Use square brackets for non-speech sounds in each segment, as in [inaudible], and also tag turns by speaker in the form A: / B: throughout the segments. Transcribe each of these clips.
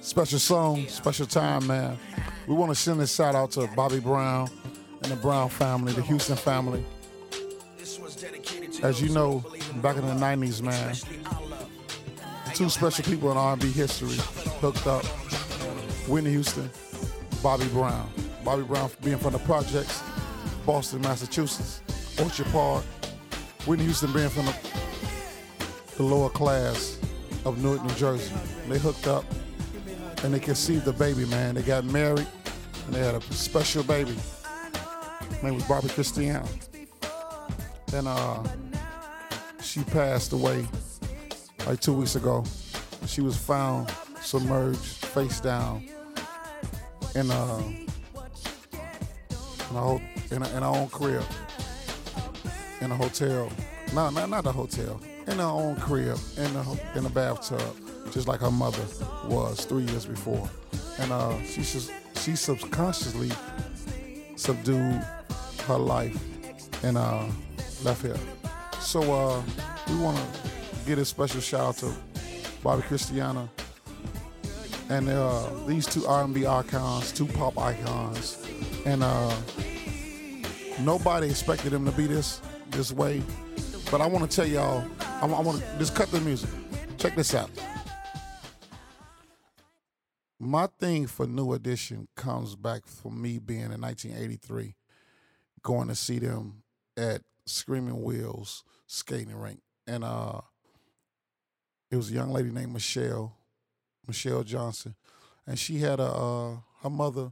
A: Special song, special time, man. We want to send a shout out to Bobby Brown and the Brown family, the Houston family. As you know, back in the 90s, man, two special people in R&B history hooked up. Whitney Houston, Bobby Brown. Bobby Brown being from the projects, Boston, Massachusetts, Orchard Park. Whitney Houston being from the, the lower class of Newark, New Jersey. They hooked up and they conceived a baby, man. They got married and they had a special baby. Her name was Barbara Christiana. And uh, she passed away like two weeks ago. She was found submerged, face down, in a in a, ho- in a, in her own crib, in a hotel. No, not not a hotel. In her own crib, in the ho- in the bathtub, just like her mother was three years before. And uh, she sus- she subconsciously subdued her life and uh, left here. So uh, we want to get a special shout out to Bobby Christiana and uh, these two R&B icons, two pop icons, and uh, nobody expected them to be this this way. But I want to tell y'all, I, want to just cut the music. Check this out. My thing for New Edition comes back for me being in 1983, going to see them at Screaming Wheels skating rink, and uh, it was a young lady named Michelle Michelle Johnson, and she had a uh, her mother.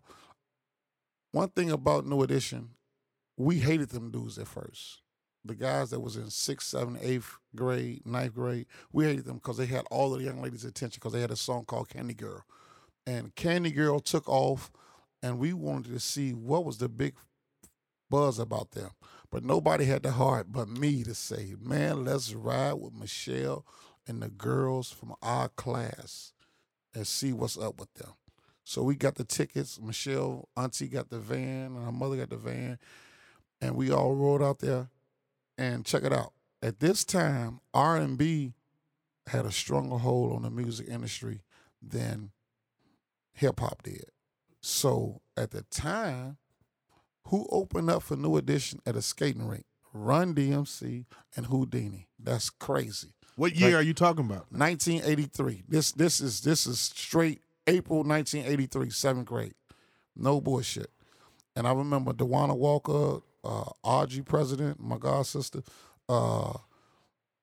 A: One thing about New Edition, we hated them dudes at first. The guys that was in sixth, seventh, eighth grade, ninth grade, we hated them because they had all of the young ladies' attention because they had a song called Candy Girl, and Candy Girl took off, and we wanted to see what was the big buzz about them. But nobody had the heart but me to say, "Man, let's ride with Michelle and the girls from our class." and see what's up with them. So we got the tickets. Michelle, auntie got the van, and her mother got the van, and we all rode out there. And check it out. At this time, R and B had a stronger hold on the music industry than hip hop did. So at the time, who opened up for New Edition at a skating rink? Run DMC and Houdini. That's crazy.
B: What year
A: Like-
B: are you talking about?
A: 1983. This this is this is straight April 1983, seventh grade. No bullshit. And I remember Dewana Walker, uh, Audrey President, my god sister, uh,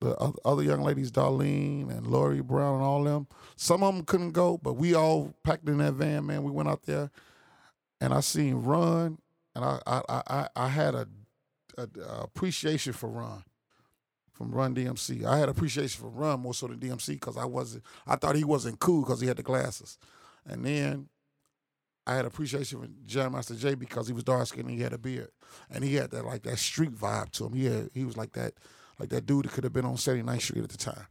A: the oth- other young ladies, Darlene and Lori Brown and all them. Some of them couldn't go, but we all packed in that van, man. We went out there, and I seen Run, and I I I, I- I had a, a, a appreciation for Run from Run DMC. I had appreciation for Run more so than DMC because I wasn't. I thought he wasn't cool because he had the glasses, and then I had appreciation for Jam Master Jay because he was dark skinned and he had a beard, and he had that like that street vibe to him. He had, he was like that like that dude that could have been on 79th Street at the time.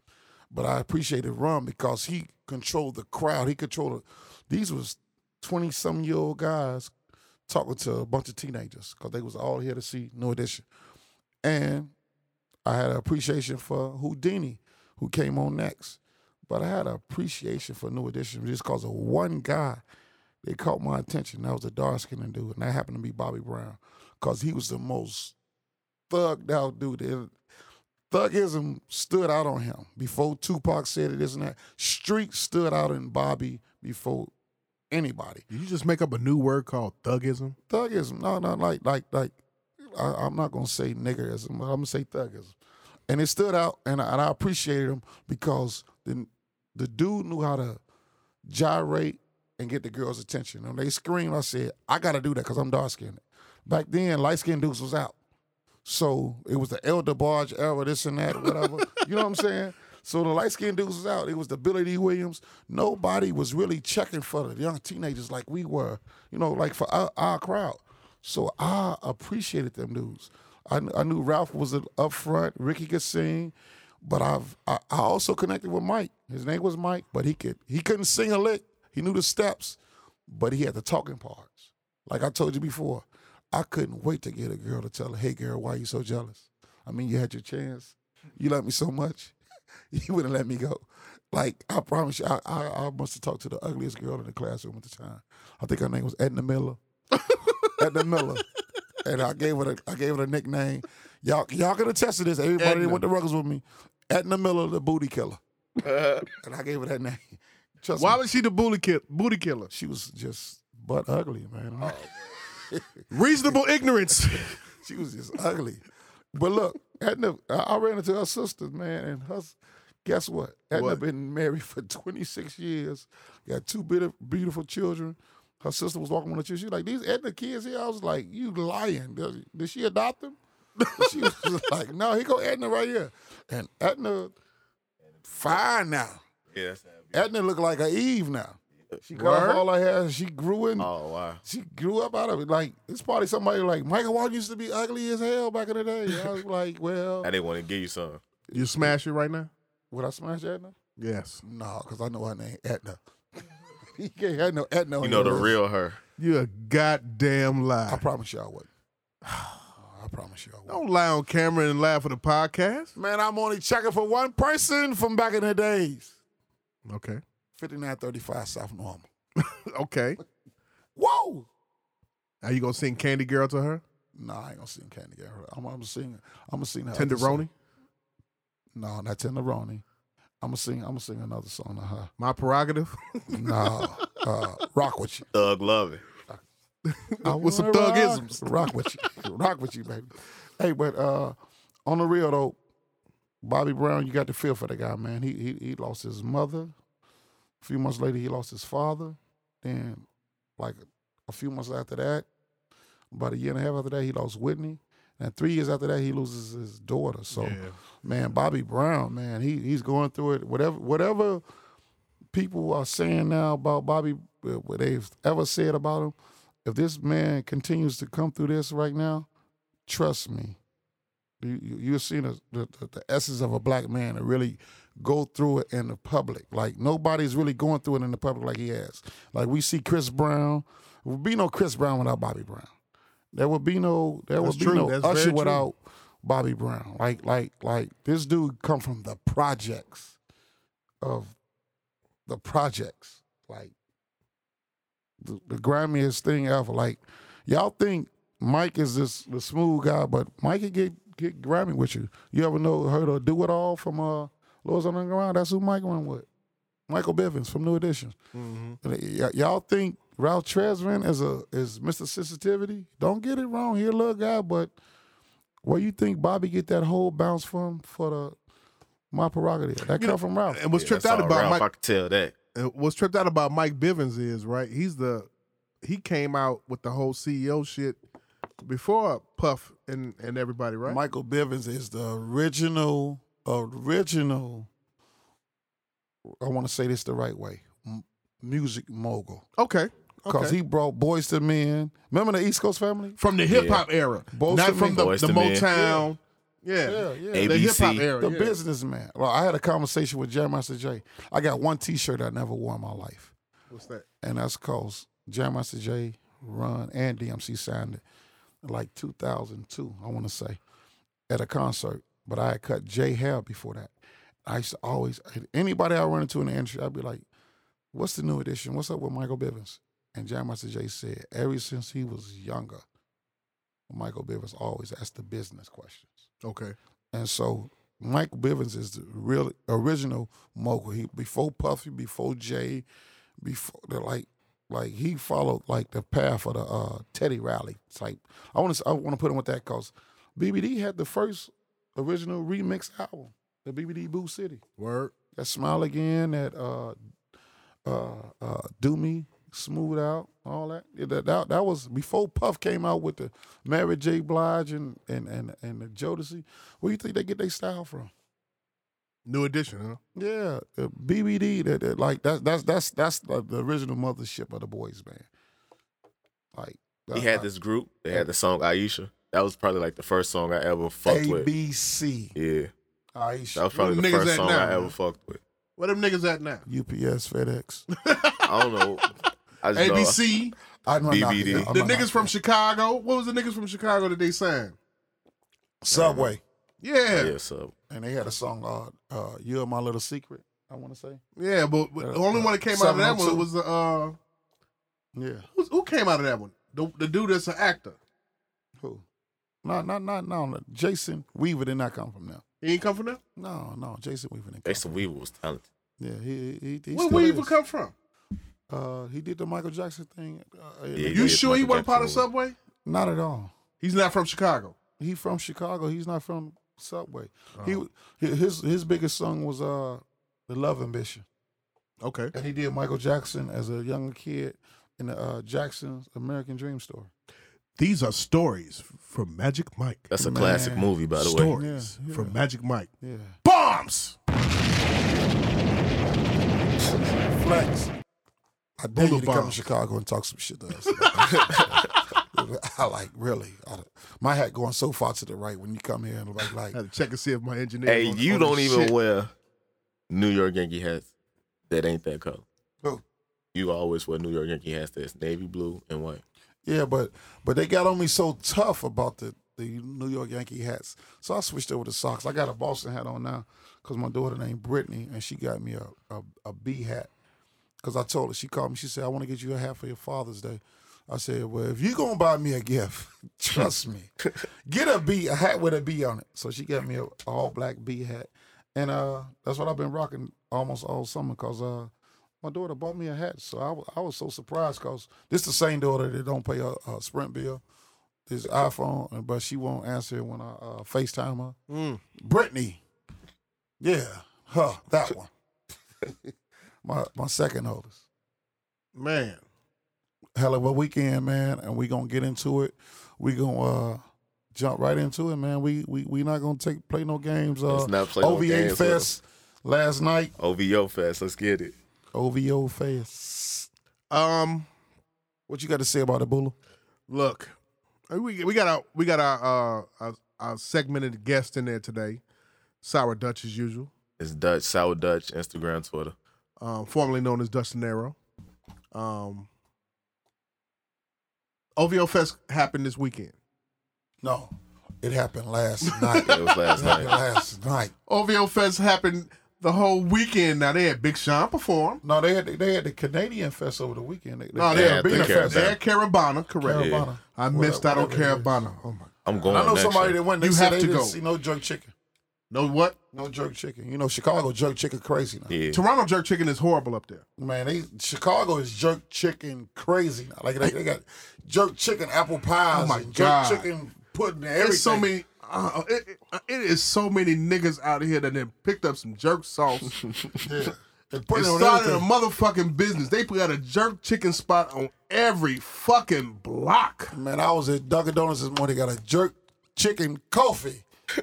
A: But I appreciated Run because he controlled the crowd. He controlled the, these was twenty some year old guys talking to a bunch of teenagers because they was all here to see New Edition, and I had an appreciation for Houdini, who came on next. But I had an appreciation for New Edition just because of one guy. They caught my attention. That was a dark skinned dude, and that happened to be Bobby Brown because he was the most thugged out dude. It- Thugism stood out on him before Tupac said it, isn't that? Street stood out in Bobby before anybody.
B: Did you just make up a new word called thugism?
A: Thugism. No, no, like, like, like. I, I'm not gonna say niggerism. but I'm gonna say thugism. And it stood out, and I, and I appreciated him because the the dude knew how to gyrate and get the girls' attention. And they screamed. I said, I gotta do that because I'm dark skinned. Back then, light skinned dudes was out, so it was the elder barge era, this and that, whatever. you know what I'm saying? So the light skinned dudes was out. It was the Billy D. Williams. Nobody was really checking for the young teenagers like we were, you know, like for our, our crowd. So I appreciated them dudes. I, kn- I knew Ralph was a- up front, Ricky could sing, but I've I, I also connected with Mike. His name was Mike, but he could he couldn't sing a lick. He knew the steps, but he had the talking parts. Like I told you before, I couldn't wait to get a girl to tell her, "Hey, girl, why you so [laughs] jealous? I mean, you had your chance. You love me so much, you wouldn't let me go." Like I promise you, I, I, I must have talked to the ugliest girl in the classroom at the time. I think her name was Edna Miller. Edna Miller. And I gave her a, I gave her a nickname. Y'all y'all can attest to this. Everybody that
C: Edna.
A: went to Ruggers with me. Edna Miller, the booty killer.
C: Uh,
A: And I gave her that name. Trust
B: Why
A: me,
B: was she the booty, kill- booty killer?
A: she was just butt ugly, man.
C: [laughs]
B: Reasonable ignorance.
A: She was just ugly. But look, Edna, I I ran into her sister, man, and her. s- Guess what? Edna
B: What?
A: been married for 26 years. Got two beautiful, beautiful children. Her sister was walking on the church. She was like, "These Edna kids here." I was like, "You lying? Did, did she adopt them?" And she was just like, "No, here go Edna right here." And Edna, fine now.
C: yeah, that's
A: Edna look like a Eve now. She cut
B: Word?
A: off all her hair. She grew in
C: Oh wow.
A: she grew up out of it. Like it's probably somebody like Michael Walton used to be ugly as hell back in the day. I was like, well,
C: I didn't want to give you something.
B: you smash it right now?
A: would I smash Edna?
B: Yes.
A: No, because I know her name Edna. [laughs] you can't have no Edna. on
C: You know
A: your
C: the
A: list.
C: real her.
B: You a goddamn
A: I
B: lie.
A: promise you I wouldn't. [sighs] I promise you I
C: [sighs]
A: wouldn't.
B: Don't lie on camera and laugh for the podcast.
A: Man, I'm only checking for one person from back in the days.
B: Okay.
A: 5935 South Normal.
B: Okay.
A: Whoa!
B: Are you gonna sing Candy Girl to her?
A: Nah, I ain't gonna sing Candy Girl. I'm, I'm singing. I'm gonna sing her other song.
B: Tenderoni?
A: No, not Tenderoni. I'm gonna sing. I'm gonna sing another song to her.
B: My prerogative?
A: No, uh, rock with you.
C: Thug loving.
A: I
B: [laughs] With some
A: wanna rock-
B: thugisms.
A: Rock with you. rock with you, baby. Hey, but uh, on the real though, Bobby Brown, you got to feel for the guy, man. He he he lost his mother. A few months later, he lost his father. Then, like a few months after that, about a year and a half after that, he lost Whitney. And three years after that, he loses his daughter. So, man, Bobby Brown, man, he he's going through it. Whatever whatever people are saying now about Bobby, uh, what they've ever said about him, if this man continues to come through this right now, trust me, you, you you're seeing the, the the- the essence of a black man to really go through it in the public. Like nobody's really going through it in the public like he has. Like we see Chris Brown, there would be no Chris Brown without Bobby Brown. There would be no there
B: That's
A: would be
B: true.
A: no
B: That's very
A: Usher
B: true.
A: without Bobby Brown. Like like like this dude come from the projects of the projects. Like the, the grimiest thing ever. Like y'all think Mike is this the smooth guy, but Mike can get get grimy with you. You ever know heard of Do It All from uh Lords on the Ground? That's who Mike run with. Michael Bivins from New Edition. uh, Y- y- y'all think Ralph Tresvant is a is Mr. Sensitivity? Don't get it wrong. He a little guy, but where you think Bobby get that whole bounce from for the my prerogative? That
B: You
A: come from Ralph.
B: And what's
C: Yeah,
B: tripped
C: that's
B: out
C: all
B: about
C: Ralph,
B: Mike
C: I could tell that.
B: And what's tripped out about Mike Bivens is right. He's the he came out with the whole CEO shit before Puff and and everybody, right?
A: Michael Bivins is the original, original. I want to say this the right way. M- music mogul,
B: Okay,
A: because
B: okay.
A: he brought Boys to Men. Remember the East Coast Family?
B: from the hip hop era,
A: Boyz
B: not
A: II
B: from
A: Men.
B: the,
C: Boyz
B: the
C: II Men.
B: Motown. Yeah,
A: yeah.
C: A-
B: the hip hop
C: ABC.
B: era.
A: the
B: yeah.
A: businessman. Well, I had a conversation with Jam Master Jay. I got one T-shirt I never wore in my life,
B: What's that?
A: and that's cause Jam Master Jay, Run, and DMC signed it, in like 2002. I want to say, at a concert, but I had cut Jay hair before that. I used to always anybody I run into in the industry, I'd be like, "What's the new edition? What's up with Michael Bivins?" And Jam Master Jay said, "Ever since he was younger, Michael Bivins always asked the business questions."
B: Okay,
A: And so Mike Bivins is the real original mogul. He before Puffy, before Jay, before the like like he followed like the path of the uh, Teddy Riley type. I want to I want to put him with that because BBD had the first original remix album, the BBD Boo City.
B: word.
A: That Smile Again, that uh, uh, uh, Do Me, Smooth Out, all that. Yeah, that, that. That was before Puff came out with the Mary J. Blige and and and, and the Jodeci. Where you think they get their style from?
B: New edition, huh?
A: Yeah, the BBD. That, that like that's that's that's that's the, the original mothership of the boys band. Like
B: Uh,
C: He had this group. They had the song Aisha. That was probably like the first song I ever fucked with.
A: ABC.
C: Yeah, that
A: Aisha,
C: was probably
B: Where
C: the
B: them niggas
C: first
B: at
C: song
B: now,
C: I ever
B: man?
C: fucked with.
B: Where them niggas at now?
A: UPS,
C: [laughs]
A: FedEx.
C: I don't know.
B: [laughs]
C: I just know.
B: ABC,
A: I'm not knocking
C: BBD.
A: it. I'm
B: the
A: not
B: niggas
A: knocking
B: from
A: it.
B: Chicago. What was the niggas from Chicago that they signed?
A: Subway,
B: Yeah,
C: Yeah, so
A: Oh, and they had a song, uh, uh, "You're My Little Secret." I want to say.
B: Yeah, but, but the
A: Uh,
B: only one that came out of that one
A: 702.
B: was the uh,
A: Yeah.
B: who's, who came out of that one? The, the dude that's an actor.
A: Who? No, no, no, no. no. Jason Weaver did not come from them.
B: He ain't come from there.
A: No, no. Jason Weaver didn't come.
C: Jason Weaver was talented.
A: Yeah, he he, he
B: Where
A: still
B: where he even
A: is.
B: come from?
A: Uh, he did the Michael Jackson thing. Uh,
C: Yeah. He
B: You
C: did
B: sure he
C: Michael
B: wasn't part of
C: Jackson
B: Subway?
A: Not at all.
B: He's not from Chicago.
A: He from Chicago. He's not from Subway. He
C: Oh.
A: w- hi- his his biggest song was uh the Love Ambition,
B: Okay.
A: and he did Michael Jackson as a young kid in the uh, Jackson's American Dream Store.
B: These are stories from Magic Mike.
C: That's a
A: Man.
C: classic movie, by the way.
A: Yeah, yeah.
B: from Magic Mike.
A: Yeah,
B: Bombs.
A: flex. I dare you to come
B: Boulevard.
A: to Chicago and talk some shit to us. [laughs] I like really. I, my hat going so far to the right when you come here and like like
B: I had to check and see if my engineer.
C: Hey,
B: on-
C: you
B: on
C: don't
B: his
C: even
B: shit.
C: wear New York Yankee hats that ain't that color.
A: Who?
C: You always wear New York Yankee hats that's navy blue and white.
A: Yeah, but but they got on me so tough about the, the New York Yankee hats. So I switched over to socks. I got a Boston hat on now because my daughter named Brittany and she got me a, a, a B hat. Because I told her, she called me, she said, I want to get you a hat for your Father's Day. I said, Well, if you're going to buy me a gift, [laughs] trust me, get a B, a hat with a B on it. So she got me a all black B hat. And uh, that's what I've been rocking almost all summer because uh, my daughter bought me a hat, so I wa- I was so surprised because this the same daughter that don't pay her, uh Sprint bill, this iPhone, and- but she won't answer when I uh, FaceTime her.
B: Mm.
A: Brittany, yeah, huh, that
C: [laughs]
A: one. my my second oldest.
B: Man,
A: Hell of a weekend, man, and we gonna get into it. We gonna uh, jump right into it, man. We we we not gonna take play no games. Uh,
C: Let's not play no
A: OVA
C: games with
A: Fest last night.
C: OVO fast, let's get it.
A: OVO Fest.
B: um,
A: What you got to say about it, Bula?
B: look, uh, we we got our we got our uh our, our segmented guest in there today, Sour Dutch as usual,
C: It's Dutch, Sour Dutch, Instagram, Twitter.
B: um, formerly known as Dutch De Niro. Um, OVO Fest happened this weekend.
A: No, it happened
C: [laughs]
A: last night.
C: It was
A: [laughs]
C: last
A: It happened
C: night.
A: last night.
B: OVO Fest happened the whole weekend. Now they had Big Sean perform.
A: No, they had they had the Canadian fest over the weekend. They, they,
B: No,
A: they
B: they
C: Yeah,
B: had
C: the
B: Big Fest.
C: Carabana.
B: They had Carabana, correct?
A: Carabana.
B: I missed out on
A: Whatever it is.
B: Carabana. Oh my!
C: I'm going.
A: I know
C: next
A: somebody that
C: year.
A: went. They
B: You
A: said
B: have
A: they
B: to
A: didn't
B: go.
A: see no jerk chicken.
B: No what?
A: No jerk chicken. You know Chicago jerk chicken crazy now.
C: Yeah.
B: Toronto jerk chicken is horrible up there.
A: Man, they Chicago is jerk chicken crazy now. Like they, they got jerk chicken apple pies.
B: Oh, my
A: and
B: God.
A: Jerk chicken pudding. and Everything.
B: There's so many. Uh, it, it- it is so many niggas out here that then picked up some jerk [laughs] sauce and
A: Yeah. They putting it on
B: started a
A: everything.
B: motherfucking business. They put out a jerk chicken spot on every fucking block.
A: Man, I was at Dunkin' Donuts this morning. Got a jerk chicken coffee.
B: [laughs]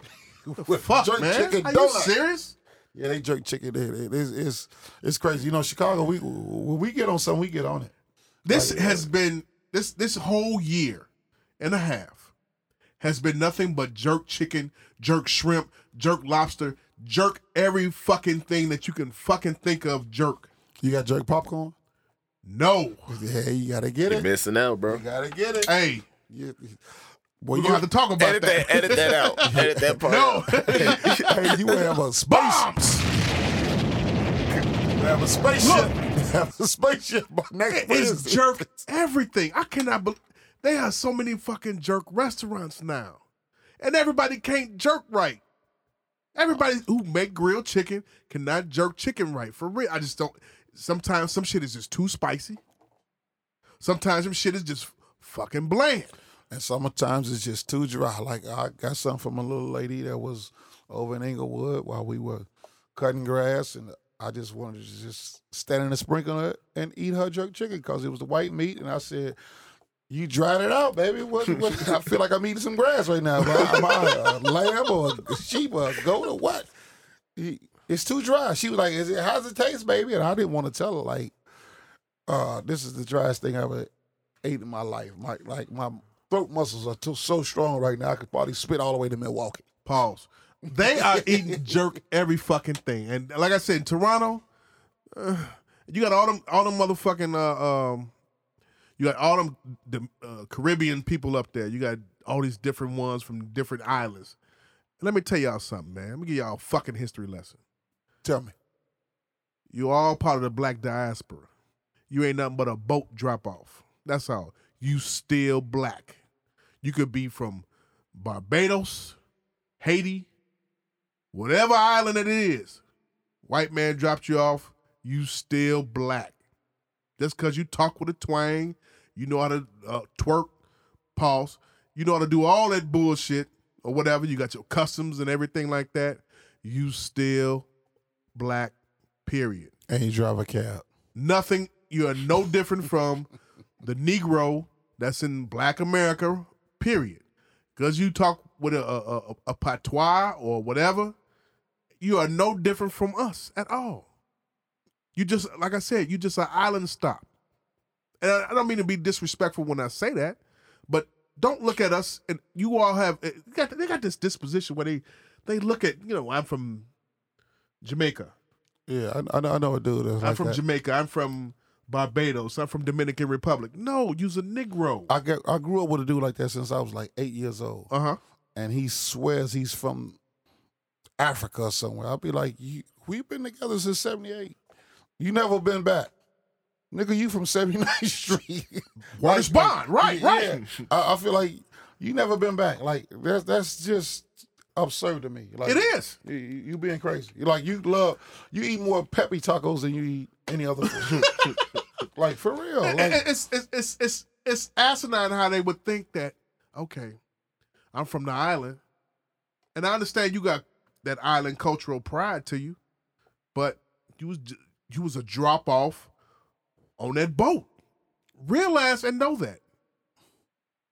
B: Fuck,
A: jerk
B: man.
A: chicken
B: Are you
A: donut.
B: serious?
A: Yeah, they jerk chicken. It, it, it's, it's it's crazy. You know, Chicago. We when we get on something, we get on it.
B: This has been this this whole year and a half has been nothing but jerk chicken, jerk shrimp, jerk lobster, jerk every fucking thing that you can fucking think of. Jerk.
A: You got jerk popcorn?
B: No.
A: Yeah, you gotta get
C: You're
A: it.
C: missing out, bro.
A: You gotta get it.
B: Hey,
A: Yeah. Boy,
B: we're
A: you,
B: gonna have to talk about
C: Edit that. Edit
A: [laughs]
C: that out. Edit that
B: [laughs]
C: part.
B: No.
C: out.
B: [laughs]
A: hey, you have a space,
B: Bombs.
A: you have a spaceship, [laughs] you have a spaceship by next
B: It's
A: Wednesday.
B: jerk everything. I cannot believe they have so many fucking jerk restaurants now, and everybody can't jerk right. Everybody who make grilled chicken cannot jerk chicken right. For real, I just don't. Sometimes some shit is just too spicy. Sometimes some shit is just fucking bland.
A: And sometimes it's just too dry. Like I got something from a little lady that was over in Inglewood while we were cutting grass, and I just wanted to just stand in the sprinkler and eat her jerk chicken because it was the white meat, and I said. You dried it out, baby. What, what, [laughs] I feel like I'm eating some grass right now. Am I, am I a lamb or a sheep or a goat or what? It- It's too dry. She was like, "Is it? How's it taste, baby?" And I didn't want to tell her like, uh, "This is the driest thing I ever ate in my life." My like my throat muscles are too, so strong right now. I could probably spit all the way to Milwaukee.
B: Pause. They are eating jerk every fucking thing, and like I said, in Toronto, uh, you got all them all them motherfucking uh, um, you got all them the, uh, Caribbean people up there. You got all these different ones from different islands. Let me tell y'all something, man. Let me give y'all a fucking history lesson.
A: Tell me,
B: You all part of the black diaspora. You ain't nothing but a boat drop off. That's all. You still black. You could be from Barbados, Haiti, whatever island it is. White man dropped you off. You still black. Just cause you talk with a twang, you know how to uh, twerk, pause. You know how to do all that bullshit or whatever. You got your customs and everything like that. You still black. Period.
A: and you drive a cab.
B: Nothing. You are no different from the Negro that's in Black America. Period. Because you talk with a, a, a, a patois or whatever, you are no different from us at all. You just, like I said, you just an island stop. And I, I don't mean to be disrespectful when I say that, but don't look at us. And you all have eh, they got, they got this disposition where they they look at you know I'm from Jamaica,
A: Yeah, I, I, know, I know a dude that's
B: I'm
A: like
B: from
A: that.
B: Jamaica, I'm from Barbados, I'm from Dominican Republic. No, use a Negro.
A: I get, I grew up with a dude like that since I was like eight years old,
B: Uh huh.
A: and he swears he's from Africa or somewhere. I'll be like, you, we've been together since '78. You never been back, nigga. You from 79th [laughs] Street?
B: Well,
A: Like,
B: it's Bond, right?
A: yeah,
B: Right.
A: I, I feel like you never been back. Like that's that's just absurd to me. Like
B: [laughs] It is.
A: You, you you being crazy. You like you love you eat more peppy tacos than you eat any other food. [laughs] like for real.
B: It-
A: Like
B: it- it's, it's it's it's it's asinine how they would think that. Okay, I'm from the island, and I understand you got that island cultural pride to you, but you was j- you was a drop off on that boat. Realize and know that.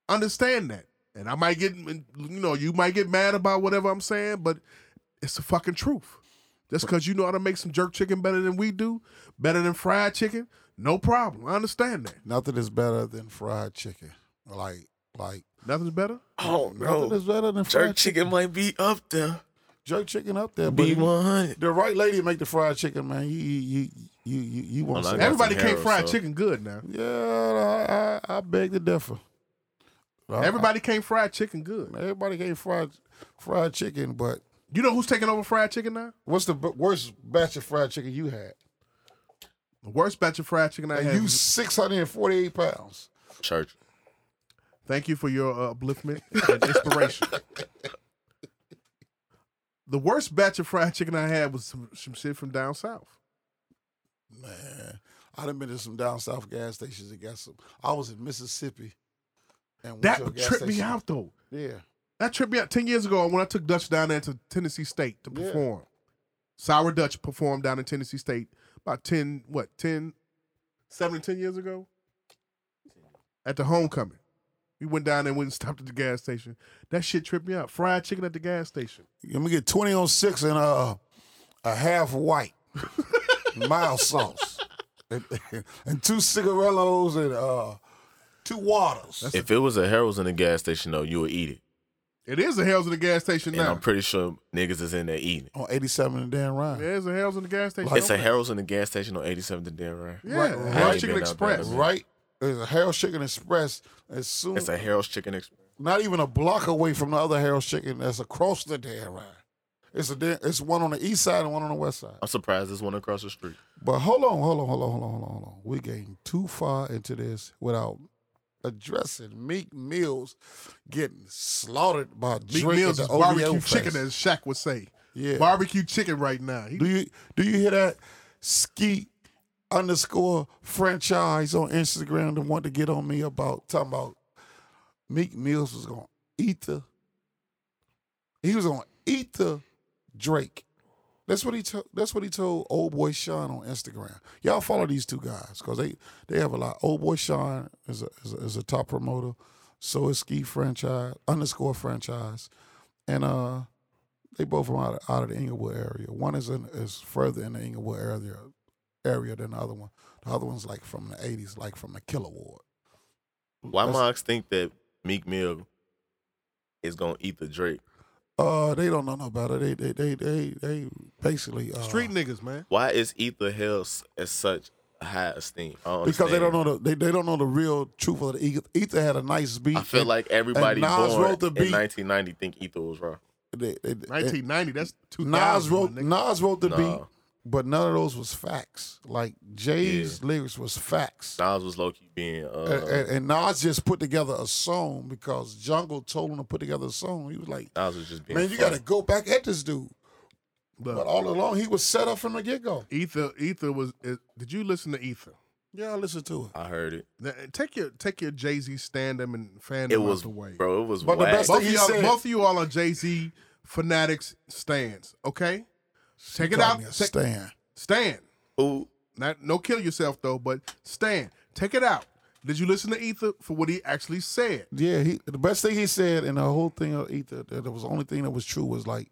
B: Understand that, and I might get you know you might get mad about whatever I'm saying, but it's the fucking truth. Just because you know how to make some jerk chicken better than we do, better than fried chicken, no problem. I understand that.
A: nothing is better than fried chicken. Like like
B: Nothing's better.
C: Oh
A: nothing
C: no,
A: is better than fried
C: jerk chicken might be up there.
A: Jerk chicken up there, but
C: B
A: you-
C: one hundred.
A: the right lady make the fried chicken, man. You you you you you, you won't
C: Well,
A: say
C: I
A: that.
C: got-
B: Everybody
C: some
B: can't
C: Harold,
B: fry
C: so-
B: chicken good now.
A: Yeah, I, I, I beg to differ. I-
B: Everybody can't fry chicken good.
A: Everybody can't fried fried chicken, but
B: You know who's taking over fried chicken now?
A: what's the b- worst batch of fried chicken you had?
B: The worst batch of fried chicken I
A: And
B: had.
A: you six hundred and forty eight pounds.
C: Church.
B: Thank you for your uh, upliftment and
A: [laughs]
B: inspiration. the worst batch of fried chicken I had was some, some shit from down south.
A: Man, I done been to some down south gas stations and got some. I was in Mississippi, and went
B: That
A: to a gas
B: tripped me
A: station.
B: out though.
A: Yeah,
B: That tripped me out ten years ago when I took Dutch down there to Tennessee State to
A: Yeah.
B: perform. Sour Dutch performed down in Tennessee State about ten, what, 10, seven to ten years ago? At the homecoming. We went down there and went and stopped at the gas station. That shit tripped me out. Fried chicken at the gas station.
A: let me get twenty on six and a a half
B: [laughs]
A: white mild sauce, and, [laughs] and two cigarillos and uh two waters.
C: If it was a Harold's in the gas station though, you would eat it.
B: It is a hell's in the gas station
C: And
B: now.
C: I'm pretty sure niggas is in there eating. it.
A: on eighty seven and Dan Ryan.
B: it is a hell's in the gas station.
C: It's a
B: Don't-
C: Harold's in the gas station on 87th and Dan Ryan.
B: Yeah,
A: Right,
B: Fried
A: right.
B: Chicken
C: Been out there,
B: Express.
C: man.
A: Right, there's a Harold Chicken Express. As soon
C: It's a Harold's chicken. Ex-
A: not even a block away from the other Harold's Chicken that's across the Dan Ryan. It's a Dan- it's one on the east side and one on the west side.
C: I'm surprised there's one across the street.
A: But hold on, hold on, hold on, hold on, hold on, hold on. We're getting too far into this without addressing Meek Mills getting slaughtered by
B: Meat
A: Drake
B: Mills
A: at
B: is
A: the OVO
B: barbecue
A: Fest.
B: chicken, as Shaq would say.
A: Yeah.
B: Barbecue chicken right now. He
A: do you do you hear that? Skeet underscore franchise on Instagram that want to get on me about talking about Meek Mills was gonna eat the he was gonna eat the Drake. That's what he told. That's what he told old boy Sean on Instagram. Y'all follow these two guys because they they have a lot. Old boy Sean is a, is a is a top promoter. So is Ski franchise underscore franchise, and uh, they both from out of, out of the Inglewood area. One is in, is further in the Inglewood area area than the other one. The other one's like from the '80s, like from the Killer Ward.
C: Why
A: That's-
C: Mox think that Meek Mill is gonna eat the Drake?
A: Uh, they don't know no better. They they they they they basically uh,
B: street niggas, man.
C: Why is eat the Hill as such a high esteem? I don't
A: because they
C: understand.
A: don't know the they, they don't know the real truth of the Ether. Ether had a nice beat.
C: I feel like
A: and
C: everybody
A: Nas
C: born
A: wrote the
C: in
A: beat.
C: 1990 think Ether was raw.
A: They- they- they-
B: 1990, that's 2000.
A: Nas
B: my
A: wrote
B: nigga.
A: Nas wrote the
C: Nah.
A: beat. but none of those was facts. Like Jay's lyrics was facts.
B: Uh,
C: Styles was low key being
A: And,
C: uh
A: and, and Nas just put together a song because Jungle told him to put together a song. He was like,
C: Styles was just being
A: "Man, you
C: funny.
A: got to go back at this dude." But
B: Look,
A: all along, he was set up from the get go.
B: Ether, Ether was. Is, did you listen to Ether?
A: Yeah, I listened to it.
C: I heard it.
B: Now, eh, take your take your Jay Z standum and fandom
C: It was
B: out the way.
C: bro. It was
A: But the
C: whack.
A: best
B: both,
A: thing
B: of
A: he
B: y'all,
A: said-
B: both of you all are Jay Z fanatics stands. Okay, take it
A: Call
B: out.
A: me a
B: Take,
A: Stan.
B: stand.
C: Who
B: Not no kill yourself though, but stand. Take it out. Did you listen to Ether for what he actually said?
A: Yeah, he, the best thing he said and the whole thing of Ether, that was the only thing that was true was like,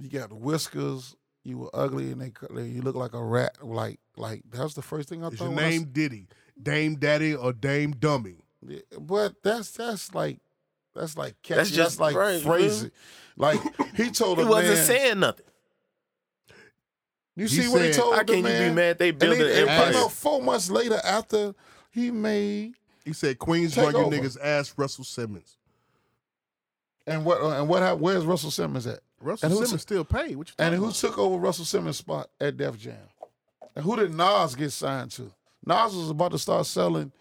A: you got whiskers, you were ugly, and they cut- you look like a rat. Like, like that's the first thing I
B: Is
A: thought.
B: your
A: when I
B: name Diddy, Dame Daddy, or Dame Dummy?
A: Yeah, but that's that's like that's like catchy. That's,
C: That's just
A: like
C: right,
A: crazy. Like
C: [laughs]
A: he told
C: he
A: a
C: wasn't
A: man.
C: saying nothing.
A: you
B: he
A: see what he
B: said,
A: told
C: How
A: the
C: can you
A: man?
C: be mad? They
A: And
C: building
A: he,
C: an
A: it
C: empire.
A: came out four months later after he made
B: He said Queens
A: Take
B: run you
A: over.
B: niggas ass Russell Simmons.
A: and what and what hap- where's Russell Simmons at?
B: Russell
A: And who
B: Simmons still paid. What you
A: And
B: talking
A: who
C: Uh-huh.
B: about?
A: took over Russell Simmons' spot at Def Jam? And who did Nas get signed to? Nas was about to start selling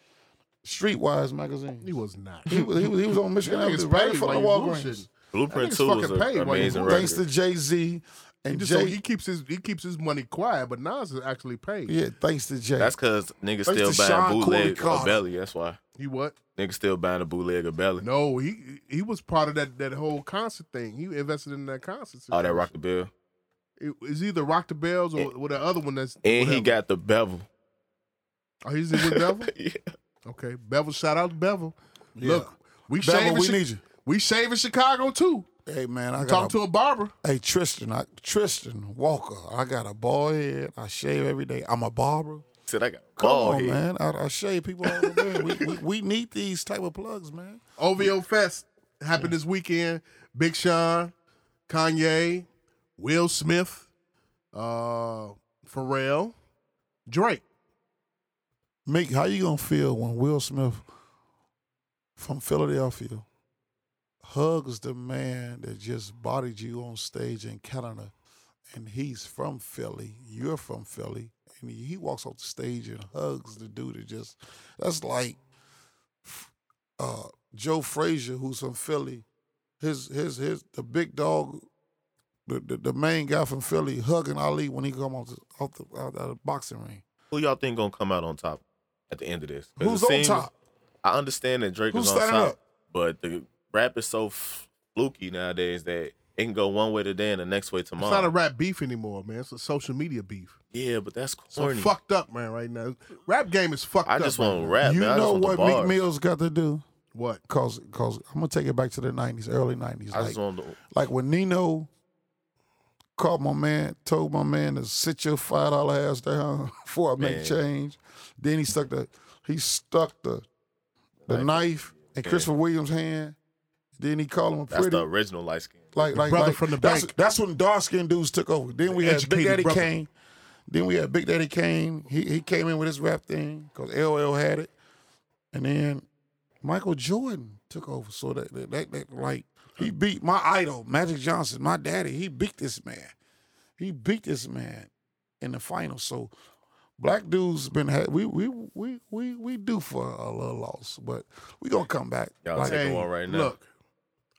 A: Streetwise magazine.
B: He was not.
A: He was, he was, he was on Michigan
B: [laughs] That nigga's
A: Avenue, right in
B: paid
A: front of
B: while you
A: Walgreens.
B: bullshitting.
C: Blueprint
B: That nigga's
C: Two was
B: fucking paid
C: an
B: while you
C: amazing
B: bullshitting.
C: record.
A: Thanks to Jay Z
B: He
A: and
B: just
A: Jay.
B: so he keeps his he keeps his money quiet, but Nas is actually paid.
A: Yeah, thanks to Jay.
C: That's because niggas
A: Thanks
C: still
A: to Sean
C: buying
A: Corey
C: bootleg of
A: Carter.
C: belly. That's why
B: He what?
C: niggas still buying a bootleg of belly.
B: No, he he was part of that that whole concert thing. He invested in that concert.
C: Oh, that
B: situation.
C: rock the bill.
B: It was either Rock the Bells or what the other one that's.
C: And
B: whatever.
C: he got the bevel. [laughs]
B: Oh, he's in with Bevel.
C: yeah.
B: Okay, Bevel. Shout out to Bevel.
A: Yeah.
B: Look, we
A: Bevel,
B: shaving.
A: we
B: Chi-
A: need you.
B: We shaving Chicago too.
A: Hey man, I
B: Talk
A: got a,
B: to a barber.
A: hey Tristan, I, Tristan Walker. I got a bald head. I shave every day. I'm a barber.
C: Said I got
A: Come
B: Oh,
C: bald
A: on,
C: head.
A: man. I, I shave people all the time. we, we, we need these type of plugs, man.
B: OVO Fest happened this weekend. Big Sean, Kanye, Will Smith, uh, Pharrell, Drake.
A: Mick, how you gonna feel when Will Smith from Philadelphia hugs the man that just bodied you on stage in Canada, and he's from Philly, you're from Philly, and he walks off the stage and hugs the dude that just that's like uh, Joe Frazier, who's from Philly, his his his the big dog. The, the, the main guy from Philly hugging Ali when he come off the, off the, out of the boxing ring.
C: Who y'all think gonna come out on top at the end of this? 'Cause
A: Who's
C: it
A: on
C: seems-
A: top?
C: I understand that Drake
A: Who's
C: is on
A: standing
C: top,
A: up?
C: but the rap is so f- fluky nowadays that it can go one way today and the next way
B: It's not
C: tomorrow.
B: a rap beef anymore, man. It's a social media beef.
C: yeah, but that's
B: So
C: corny.
B: fucked up, man, right now. Rap game is fucked
C: I
B: up.
C: just
B: right
C: want
B: now.
C: rap.
A: you
C: man. I just
A: know
C: want the
A: what Meek
C: bars.
A: Mill's got to do?
B: What?
A: Cause, cause I'm gonna take it back to the '90s, early '90s.
C: I
A: Like,
C: just want the,
A: like when Nino called my man, told my man to sit your five dollar ass down [laughs] before I make
C: Man.
A: change. Then he stuck the he stuck the the
C: Like,
A: knife in Christopher Williams' hand. Then he called him a
C: that's
A: pretty.
C: the original light skin.
A: like like
B: brother
A: like-
B: from the
A: that's,
B: bank.
A: That's when dark skinned dudes took over. Then we had Big
B: Educated
A: Daddy
B: brother.
A: Kane. Then we had Big Daddy Kane. He he came in with his rap thing because LL had it, and then Michael Jordan took over. So that that, that, that like he beat my idol Magic Johnson, my daddy. He beat this man. He beat this man in the final. So black dudes been had we we we we we do for a little loss, but we gonna come back.
C: Y'all
A: Like-
C: take the one right now.
B: Look,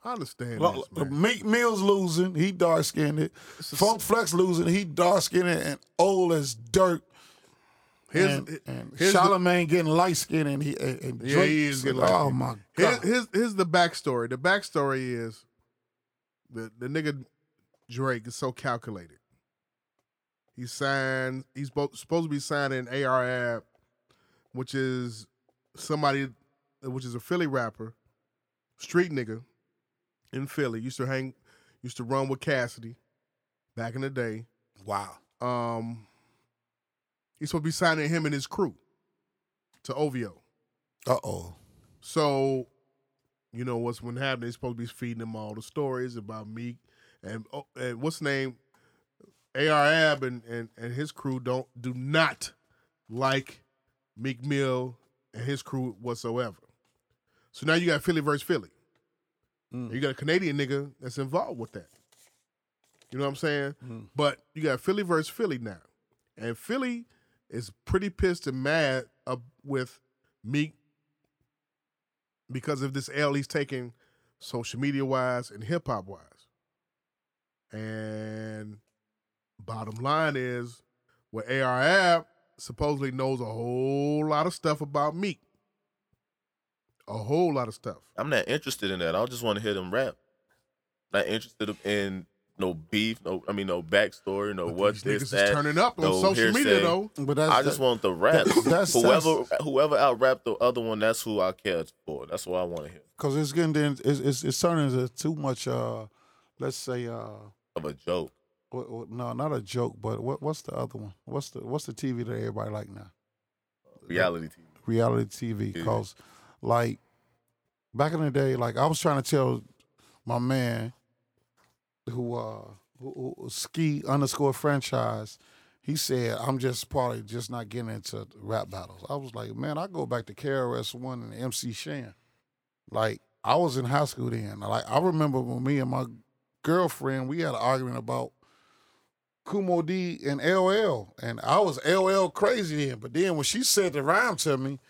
B: I understand
A: Look,
B: this, man.
A: Meek Mill's losing. He dark skinned it. Funk Flex losing. He dark skinned it and old as dirt.
B: Here's,
A: and and
B: here's the-
A: Charlemagne getting light skinned and he and, and
B: Yeah, he
A: Drake-
B: is getting
A: Oh
B: light-skinned.
A: my
B: Here's,
A: god!
B: here's, here's the backstory. The backstory is the the nigga Drake is so calculated. He signed. He's bo- supposed to be signing AR Ab, which is somebody, which is a Philly rapper, street nigga, in Philly. Used to hang, used to run with Cassidy, back in the day.
A: wow.
B: Um, he's supposed to be signing him and his crew to OVO.
A: Uh oh.
B: So, you know what's been happening? They're supposed to be feeding them all the stories about Meek and oh, and what's name, AR Ab and, and and his crew don't do not like Meek Mill and his crew whatsoever. So now you got Philly versus Philly.
A: Mm.
B: You got a Canadian nigga that's involved with that. You know what I'm saying? But you got Philly versus Philly now, and Philly is pretty pissed and mad up with Meek because of this L he's taking, social media wise and hip hop wise. And bottom line is, well, AR Ab supposedly knows a whole lot of stuff about Meek. A whole lot of stuff.
C: I'm not interested in that. I just want to hear them rap. Not interested in no beef. No, I mean no backstory. No
B: But
C: what
B: these
C: this
B: niggas
C: that.
B: is turning up on
C: no
B: social media
C: hearsay.
B: though.
A: But that's
C: I just want the rap.
A: that's-
C: whoever whoever out rapped the other one, that's who I care for. That's what I want to hear.
A: because it's getting then it's, it's it's turning into too much. Uh, let's say uh,
C: Of a joke.
A: what, what, no, not a joke, but what what's the other one? What's the what's the TV that everybody like now?
C: Reality TV.
A: reality TV
C: Yeah.
A: because, like, back in the day, like I was trying to tell my man who uh who, who, ski underscore franchise, he said I'm just probably just not getting into rap battles. I was like, man, I go back to KRS One and MC Shan. Like I was in high school then. Like I remember when me and my girlfriend we had an argument about. Kumo D and LL, and I was LL crazy then. But then when she said the rhyme to me,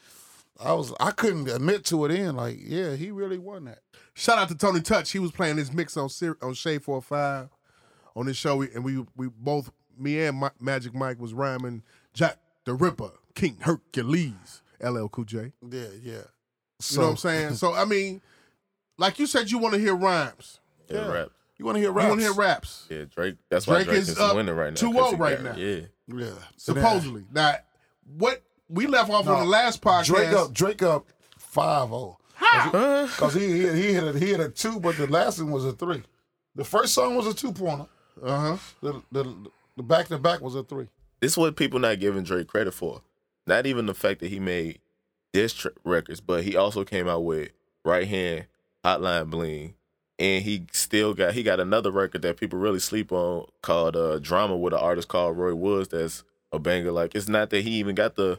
A: I was I couldn't admit to it. In like, yeah, he really won that.
B: Shout out to Tony Touch. He was playing his mix on Sir- on Shade Four Five on this show, We- and we we both me and Ma- Magic Mike was rhyming Jack the Ripper, King Hercules, LL Cool J. You
A: Yeah, yeah. So,
B: know what I'm saying? so I mean, like you said, you want to hear rhymes.
C: Yeah,
A: Yeah.
C: rap.
A: You want to hear
B: You
A: rap?
B: want to hear raps,
C: Yeah, Drake. That's why
B: Drake
C: Drake,
B: is
C: is,
B: up
C: winning right now.
B: 2-0
C: 'cause he
B: right
C: got-
B: now.
C: Yeah.
A: Yeah. So then
B: supposedly. Now, what we left off on
A: No.
B: the last podcast.
A: Drake up, Drake up, five oh. zero. How? Because he he hit, he hit a he hit a two, but the last one was a three. The first song was a two pointer.
B: Uh huh.
A: The the the back to back was a three.
C: This is what people not giving Drake credit for. Not even the fact that he made diss tr- records, but he also came out with Right Hand, Hotline Bling, and he still got he got another record that people really sleep on called uh, Drama with an artist called Roy Woods. That's a banger. Like it's not that he even got the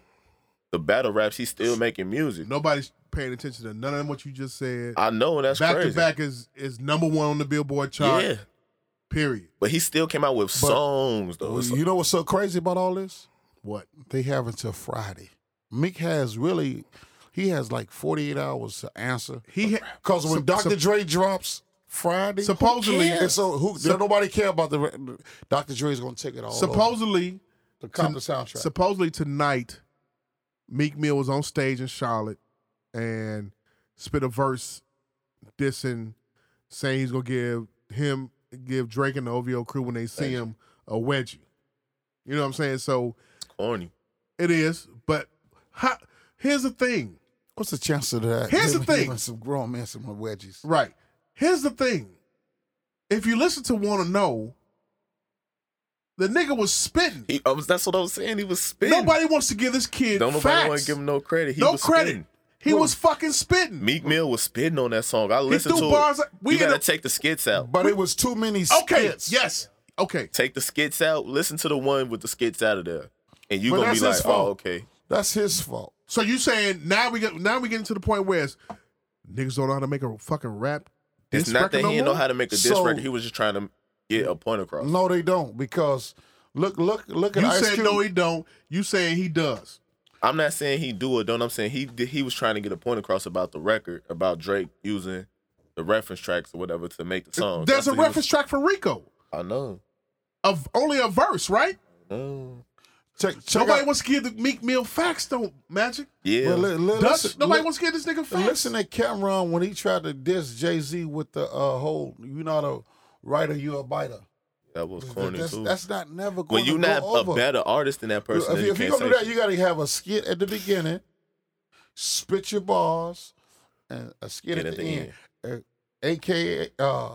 C: the battle raps. He's still making music.
B: Nobody's paying attention to none of what you just said.
C: I know and that's
B: back
C: crazy.
B: to back is is number one on the Billboard chart.
C: yeah,
B: Period.
C: but he still came out with songs though. It's-
A: You know what's so crazy about all this?
B: What?
A: they have until Friday. Meek has really, he has like 48 hours to answer.
B: He ha-
A: Because when
B: Sup-
A: Dr.
B: sup-
A: Dre drops Friday,
B: Supposedly-
A: and so who
B: Sup-
A: nobody care about the re- Dr. Dre's gonna take it all. over,
B: supposedly,
A: the copy soundtrack.
B: supposedly tonight, Meek Mill was on stage in Charlotte and spit a verse dissing, saying he's gonna give him give Drake and the OVO crew when they see him a wedgie. You know what I'm saying? So
C: corny.
B: it is, but how, here's the thing.
A: What's the chance of that?
B: Here's the
A: Him
B: thing.
A: giving some grown men some wedgies.
B: Right. Here's the thing. If you listen to Wanna Know, the nigga was spitting.
C: He, I was, that's what I was saying. He was spitting.
B: Nobody wants to give this kid
C: Don't nobody want
B: facts.
C: to give him no credit. He
B: no
C: was
B: credit.
C: Spitting.
B: He was fucking spitting.
C: Meek Mill was spitting on that song. I listened
B: threw
C: to
B: bars
C: it.
B: at- we
C: you
B: in
C: gotta
B: a-
C: take the skits out.
A: But it was too many
B: okay.
A: skits.
B: Yes. Okay.
C: Take the skits out. Listen to the one with the skits out of there, and you
A: But
C: gonna be
A: that's his
C: like,
A: fault.
C: "Oh, okay."
A: That's his fault.
B: So you saying now we get now we getting to the point where it's, niggas don't know how to make a fucking rap.
C: It's
B: diss
C: not
B: record
C: that
B: no
C: he didn't know
B: more?
C: how to make a diss
A: So-
C: record. He was just trying to get a point across.
A: No, they don't because look, look, look at
B: You
A: Ice
B: said
A: Cube.
B: no, he don't. You saying he does.
C: I'm not saying he do or don't. I'm saying he did- he was trying to get a point across about the record, about Drake using the reference tracks or whatever to make the song.
B: There's
C: That's
B: a
C: what Oh, he was-
B: reference track for Rico
C: I know.
B: of only a verse, right?
C: Mm.
A: check, check
B: Nobody
A: out-
B: wants to give the Meek Mill facts, though. Magic.
C: Yeah.
A: Well, li- li-
B: Does
A: listen-
B: nobody
A: li-
B: wants to give this nigga
A: And
B: facts?
A: Listen to Cameron when he tried to diss Jay Z with the uh, whole "you not a writer, you a biter."
C: that was corny
A: That's,
C: too.
A: that's not never going
C: when
A: to
C: you're
A: go
C: not
A: over.
C: a better artist than that person,
A: if
C: then
A: you, if
C: you
A: you
C: can't
A: gonna do
C: say
A: that, you got to have a skit at the beginning, spit your bars, and a skit at, the, end. Uh, AKA uh,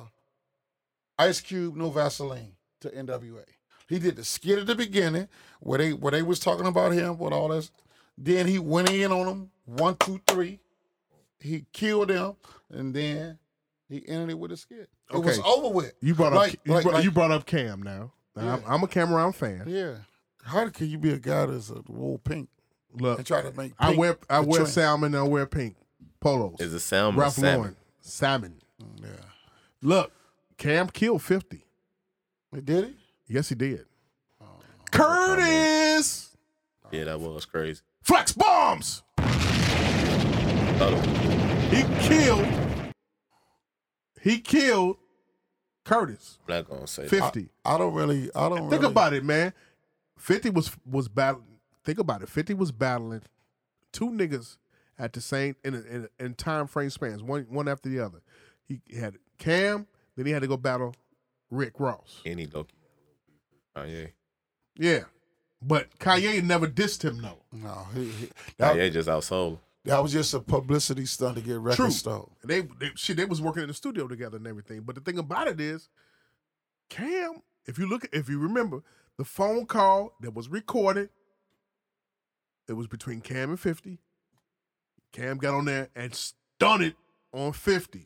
A: Ice Cube, no Vaseline to NWA. He did the skit at the beginning where they where they was talking about him with all this. Then he went in on him one, two, three. He killed him, and then he ended it with a skit. It was
B: Okay.
A: over with.
B: You brought up
A: Like-
B: you,
A: like-
B: brought,
A: like-
B: you brought up Cam now. Now, I'm, I'm a Cameron fan.
A: Yeah. How can you be a guy that's a wool pink
B: Look,
A: and try to make?
B: I
A: pink
B: wear I
A: the
B: wear
A: trend?
B: salmon. I wear pink polos.
C: Is it salmon?
B: Ralph
C: salmon?
B: Lauren salmon.
A: Yeah.
B: Look, Cam killed fifty.
A: Did he?
B: Yes, he did. Curtis
C: Yeah, that was crazy.
B: Flex Bombs.
C: Oh,
B: He killed. He killed Curtis.
C: I'm not gonna say that.
B: Fifty.
A: I don't really. I don't.
B: Think
A: really,
B: about it, man. Fifty was was battling. Think about it. Fifty was battling two niggas at the same in in, in time frame spans, one one after the other. He had Cam, then he had to go battle Rick Ross.
C: any Loki. Oh yeah,
B: Yeah, but Kanye never dissed him though.
A: No, he, he, that,
C: Kanye just outsold. him.
A: that was just a publicity stunt to get
B: True.
A: records stole.
B: And They, they shit, they was working in the studio together and everything. But the thing about it is, Cam, if you look, if you remember, the phone call that was recorded, it was between Cam and Fifty. Cam got on there and stunned it on Fifty.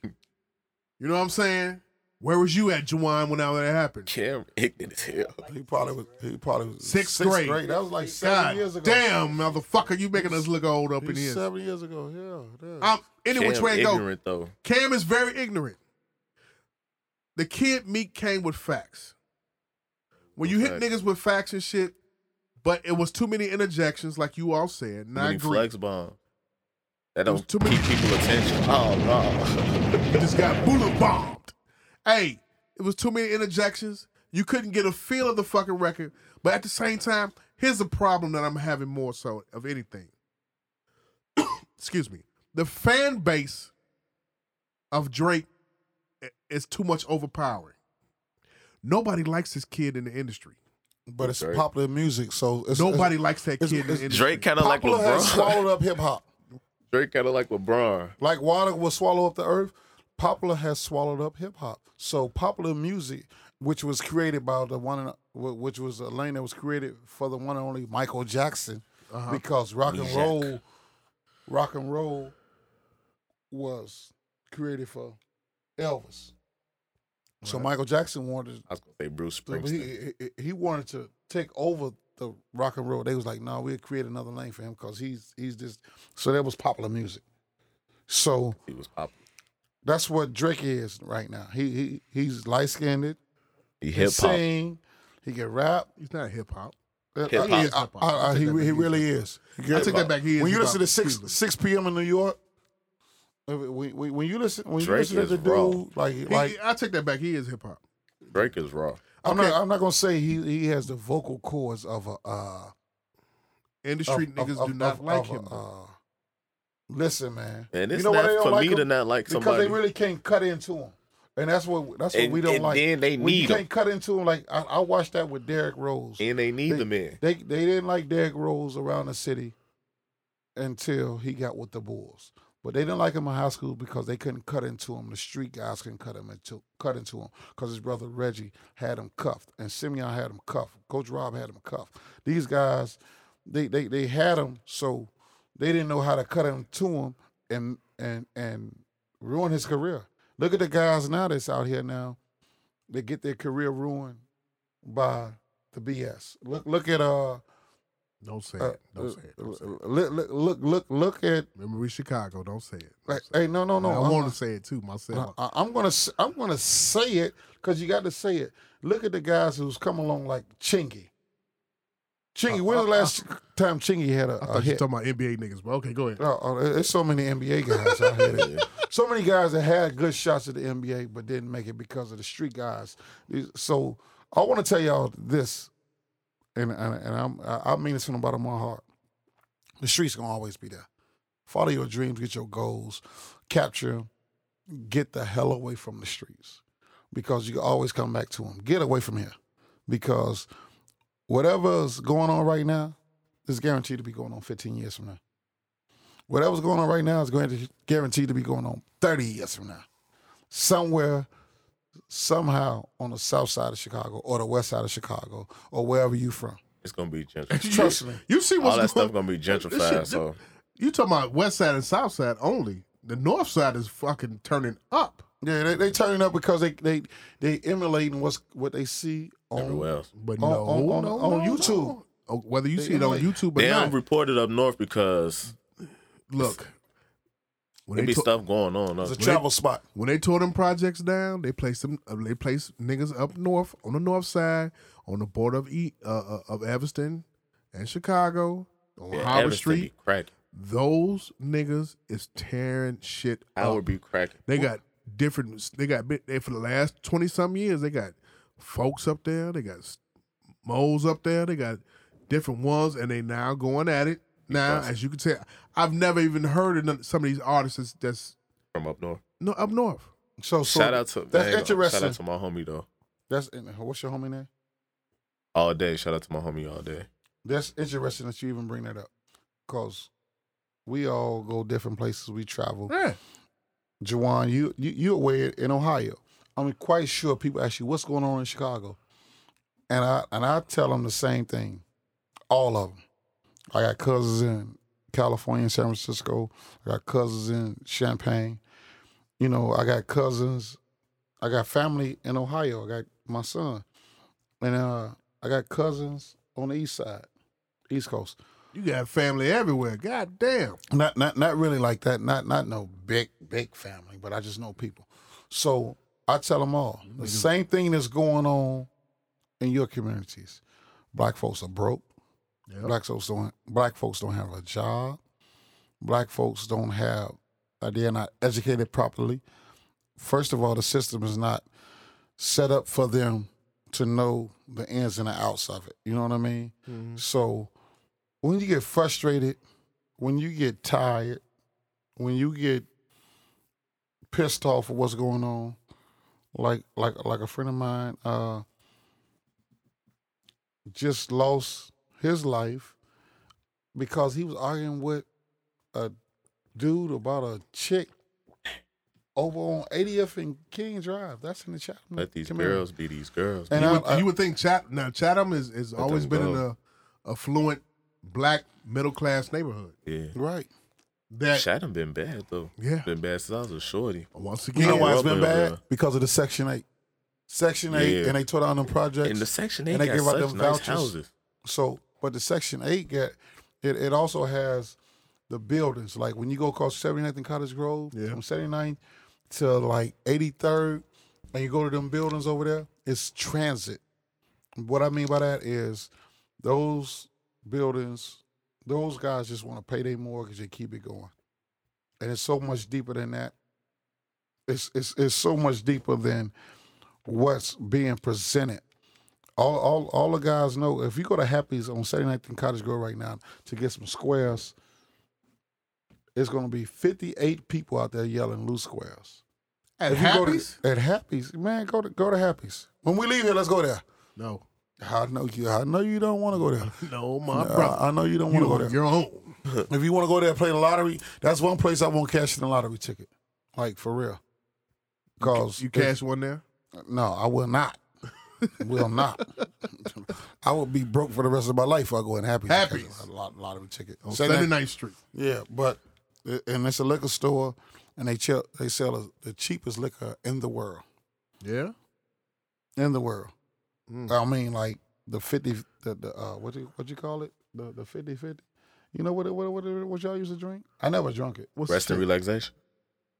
B: You know what I'm saying? Where was you at, Juwan, when all that happened?
C: Cam [laughs] ignorant as hell.
A: He probably was. He probably was
B: Sixth grade.
A: That was like seven
B: God
A: years ago.
B: damn, motherfucker, you making us look old up in
A: He's
B: here.
A: seven years ago. Yeah. yeah.
B: I'm any
C: Cam
B: which way it go.
C: ignorant though.
B: Cam is very ignorant. The kid Meek came with facts. When you hit
C: Facts.
B: niggas with facts and shit, but it was too many interjections, like you all said. And I
C: Many
B: agree.
C: flex bomb. That
B: It was
C: don't
B: too
C: keep
B: many-
A: [laughs]
C: people attention. Oh no.
B: You just got bullet bombed. Hey, it was too many interjections. You couldn't get a feel of the fucking record. But at the same time, here's the problem that I'm having more so of anything. [coughs] Excuse me. The fan base of Drake i- is too much overpowering. Nobody likes this kid in the industry.
A: but it's
C: Drake.
A: popular music, so it's,
B: Nobody likes that
A: it's-
B: kid in the
A: it's-
B: industry.
C: Drake kind
A: It's,
C: of like
A: popular has
C: LeBron.
A: swallowed up hip hop.
C: [laughs] Drake kind of like LeBron.
A: Like water will swallow up the earth, popular has swallowed up hip hop. So popular music, which was created by the one, and, wh- which was a lane that was created for the one and only Michael Jackson,
B: Uh-huh.
A: because rock and
C: Jack.
A: roll, rock and roll, was created for Elvis. So Michael Jackson wanted,
C: I was gonna say Bruce
A: so
C: Springsteen.
A: he, he he wanted to take over the rock and roll. They was like, no, we'll create another lane for him because he's he's just. So that was popular music. So
C: he was popular.
A: that's what Drake is right now. He he he's light skinned,
C: He
A: he
C: hip hop.
A: sing, he can rap.
B: He's not hip hop.
A: That-
C: Hip-hop.
A: I-
C: He is
A: I-
B: hip-hop.
A: I- I- Uh,
B: I take
A: he
B: that back.
A: he
B: He is
A: really is.
B: I take that back. He is
A: When you
B: hip
A: listen to
B: hop.
A: six
B: Excuse me.
A: six p.m. in New York, uh, when, when, when you listen when
C: Drake
A: you listen
C: is
A: to the
C: raw.
A: dude like
B: He-
A: like
B: I take that back. He is hip hop.
C: Drake is raw.
A: I'm
B: okay.
A: not I'm not gonna say he he has the vocal cords of a uh,
B: Industry
A: of-
B: niggas
A: of-
B: do
A: of-
B: not
A: of
B: like
A: a,
B: him. though.
A: uh, listen, man,
C: And it's
A: know why
C: not
A: they don't
C: for
A: like
C: me to
A: him?
C: not like
A: because
C: somebody.
A: they really can't cut into him, and that's what that's what
C: and,
A: we don't
C: and
A: like.
C: then they
A: when you
C: need
A: can't
C: him.
A: cut into him, like I, I watched that with Derrick Rose.
C: And they need
A: They-
C: the man.
A: They they didn't like Derrick Rose around the city until he got with the Bulls. But they didn't like him in high school because they couldn't cut into him. The street guys couldn't cut him into cut into him because his brother Reggie had him cuffed and Simeon had him cuffed. Coach Rob had him cuffed. These guys, they they they had him so they didn't know how to cut him to him and and and ruin his career. Look at the guys now that's out here now. They get their career ruined by the BS. Look look at uh
B: Don't say
A: uh,
B: it. Don't say it. Don't say it.
A: look, look, look, look, look at.
B: Remember, we Chicago. Don't say it. Don't
A: Like,
B: say it.
A: hey, no, no, no.
B: I
A: I'm- Uh-huh.
B: want to say it too myself.
A: I- I'm gonna, s- I'm gonna say it because you got to say it. Look at the guys who's come along like Chingy. Chingy,
B: Uh,
A: when
B: uh,
A: the last time Chingy had a,
B: I
A: a
B: thought you were
A: hit?
B: talking about NBA niggas, but okay, go ahead.
A: Oh, oh, there- there's so many NBA guys out here. that-
C: Yeah.
A: So many guys that had good shots at the NBA but didn't make it because of the street guys. These- So I want to tell y'all this, and and, and I'm, I I mean this from the bottom of my heart. The streets gonna always be there. Follow your dreams, get your goals, capture 'em, get the hell away from the streets because you can always come back to them. Get away from here because whatever's going on right now is guaranteed to be going on 15 years from now. Whatever's going on right now is going to guaranteed to be going on 30 years from now. Somewhere, somehow on the south side of Chicago or the west side of Chicago or wherever you from.
C: It's gonna be
A: [laughs]
C: gentrified.
A: Trust me.
B: You see
C: All
B: what's
C: that
B: going
C: stuff gonna be
B: This shit-
C: gentrified. So
B: You talking about west side and south side only. The north side is fucking turning up.
A: Yeah, they, they turning up because they they they emulating what's what they see on
C: everywhere else.
B: But
A: On-
B: no,
A: on- on-
B: no,
A: on
B: no,
A: YouTube.
B: no. Oh, Whether you
A: They
B: see it on
A: emulate.
B: YouTube or
C: They don't
B: not,
C: report it up north because
B: look, When
C: There
B: they,
C: be
B: to-
C: stuff going on. Up.
A: It's a travel spot.
B: when they tore them projects down, they placed them. uh, They placed niggas up north on the north side on the border of e, uh, uh, of Evanston and Chicago on
C: Yeah,
B: Howard
C: Evanston be
B: Street.
C: cracking.
B: Those niggas is tearing shit
A: Uh,
C: I
B: up.
C: would be cracking.
B: They got different. They got bit they for the last twenty something years. They got folks up there. They got s- moles up there. They got different ones, and they now going at it. Now,
C: Because-
B: as you can tell, I've never even heard of none- some of these artists that's- that's
C: from up north.
B: no up north.
A: So, so
C: shout out to
A: that's
C: man,
A: interesting.
C: Shout out to my homie though.
A: that's what's your homie name?
C: All day. Shout out to my homie all day.
A: That's interesting that you even bring that up, cause we all go different places. We travel.
B: Yeah,
A: Jawan, you you you away in Ohio. I'm quite sure people ask you what's going on in Chicago, and I and I tell them the same thing, all of them. I got cousins in California, and San Francisco. I got cousins in Champaign. You know, I got cousins. I got family in Ohio. I got my son, and uh, I got cousins on the east side, East Coast
B: you got family everywhere. God damn.
A: not not not really like that. Not not no big big family, but I just know people. So I tell them all the same thing that's going on in your communities. Black folks are broke.
B: Yep.
A: Black folks don't black folks don't have a job. Black folks don't have uh, they're not educated properly. First of all, the system is not set up for them to know the ins and the outs of it. You know what I mean? So when you get frustrated, when you get tired, when you get pissed off at what's going on, like like like a friend of mine uh just lost his life because he was arguing with a dude about a chick over on 80th and King Drive. That's in the chat.
C: Let these
A: Mm, Come here.
C: girls be these girls.
A: And
B: you,
A: I-
B: would, you would think Chat now Chatham is has always
C: them
B: been in a
C: go.
B: affluent black middle class neighborhood.
C: yeah.
A: Right.
B: That
C: Chatham been bad though.
B: Yeah.
C: Been bad since I was a shorty.
B: once
A: You
B: again,
A: know
C: Yeah,
A: why it's
C: well,
A: been
C: well,
A: bad?
C: well.
A: Because of the Section Eight. Section Eight,
C: Yeah.
A: and they tore down them projects.
C: And the section eight
A: And they
C: got
A: give out
C: such nice
A: them vouchers.
C: houses.
A: so, but the Section Eight got it. It also has the buildings. Like when you go across 79th and Cottage Grove,
B: Yeah.
A: from 79th to like 83rd, and you go to them buildings over there, it's transit. What I mean by that is those buildings, those guys just want to pay their mortgage and keep it going. And it's so much deeper than that. It's it's it's so much deeper than what's being presented. All all all the guys know if you go to Happy's on Saturday night in Cottage Grove right now to get some squares, it's gonna be fifty eight people out there yelling loose squares.
B: at
A: If you go to-
B: Happy's?
A: at Happy's, man, go to go to Happy's. When we leave here, let's go there.
B: No, [laughs]
A: I know you. I know you don't want to go there.
B: no, my
A: I-
B: brother,
A: I know you don't want to
B: you
A: go there.
B: on your own.
A: If you want to go there and play the lottery, that's one place I won't cash in the lottery ticket. Like for real. Cause
B: You cash one there.
A: No, I will not. will
B: [laughs]
A: not. I will be broke for the rest of my life if I go in happy.
B: Happy's.
A: A lot, lottery ticket.
B: on
A: Saturday
B: Sunday
A: night-
B: Night Street.
A: Yeah, but and it's a liquor store, and they chill, they sell the cheapest liquor in the world.
B: Yeah.
A: In the world.
B: Mm.
A: I mean, like the fifty, the, the uh, what you what you call it? The the fifty fifty. You know what it- what it- what, it- what y'all used to drink? I never drunk it.
B: What's
C: Rest and relaxation.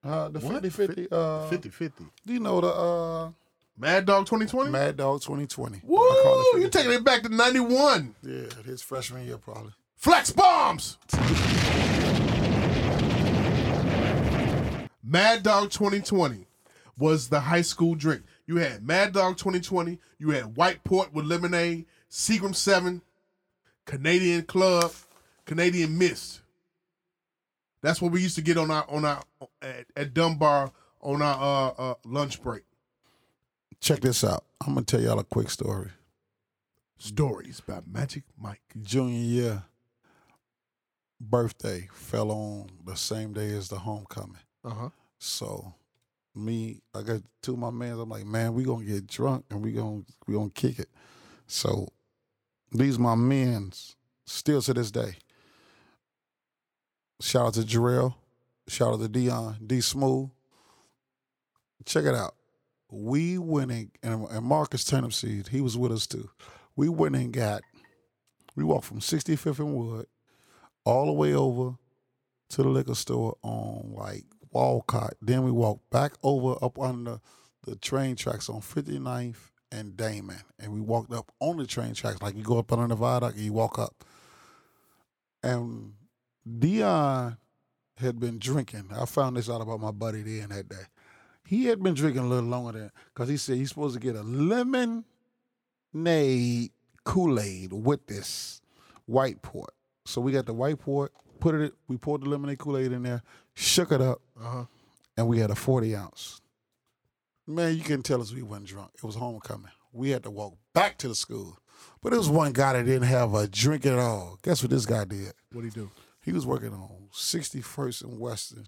A: Uh, the
B: What?
A: 50 50. Uh,
B: 50 50.
A: Do you know the uh,
B: Mad Dog 2020?
A: Mad Dog 2020?
B: Woo! You're taking it back to 91.
A: Yeah, his freshman year, probably.
B: Flex bombs! Mad Dog 2020 was the high school drink. You had Mad Dog 2020, you had White Port with lemonade, Seagram 7, Canadian Club, Canadian Mist. That's what we used to get on our on our at, at Dunbar on our uh, uh, lunch break.
A: Check this out. I'm going to tell y'all a quick story.
B: Stories by Magic Mike.
A: Junior year birthday fell on the same day as the homecoming.
B: Uh huh.
A: So me, I got two of my mans. I'm like, man, we gonna get drunk and we gonna we gonna kick it. So these my men's still to this day. Shout out to Jarrell. Shout out to Dion, D Smooth. Check it out. We went and, and and Marcus Turnipseed, he was with us too. We went and got, we walked from 65th and Wood all the way over to the liquor store on like Walcott. Then we walked back over up on the, the train tracks on 59th and Damon. And we walked up on the train tracks. Like you go up under the viaduct and you walk up. And Dion had been drinking. I found this out about my buddy then that day. He had been drinking a little longer than because he said he's supposed to get a lemonade Kool-Aid with this white port. So we got the white port, put it, we poured the lemonade Kool-Aid in there, shook it up,
B: Uh-huh.
A: and we had a 40 ounce. Man, you couldn't tell us we wasn't drunk. It was homecoming. We had to walk back to the school. But there was one guy that didn't have a drink at all. Guess what this guy did?
B: What do you do?
A: He was working on 61st and Western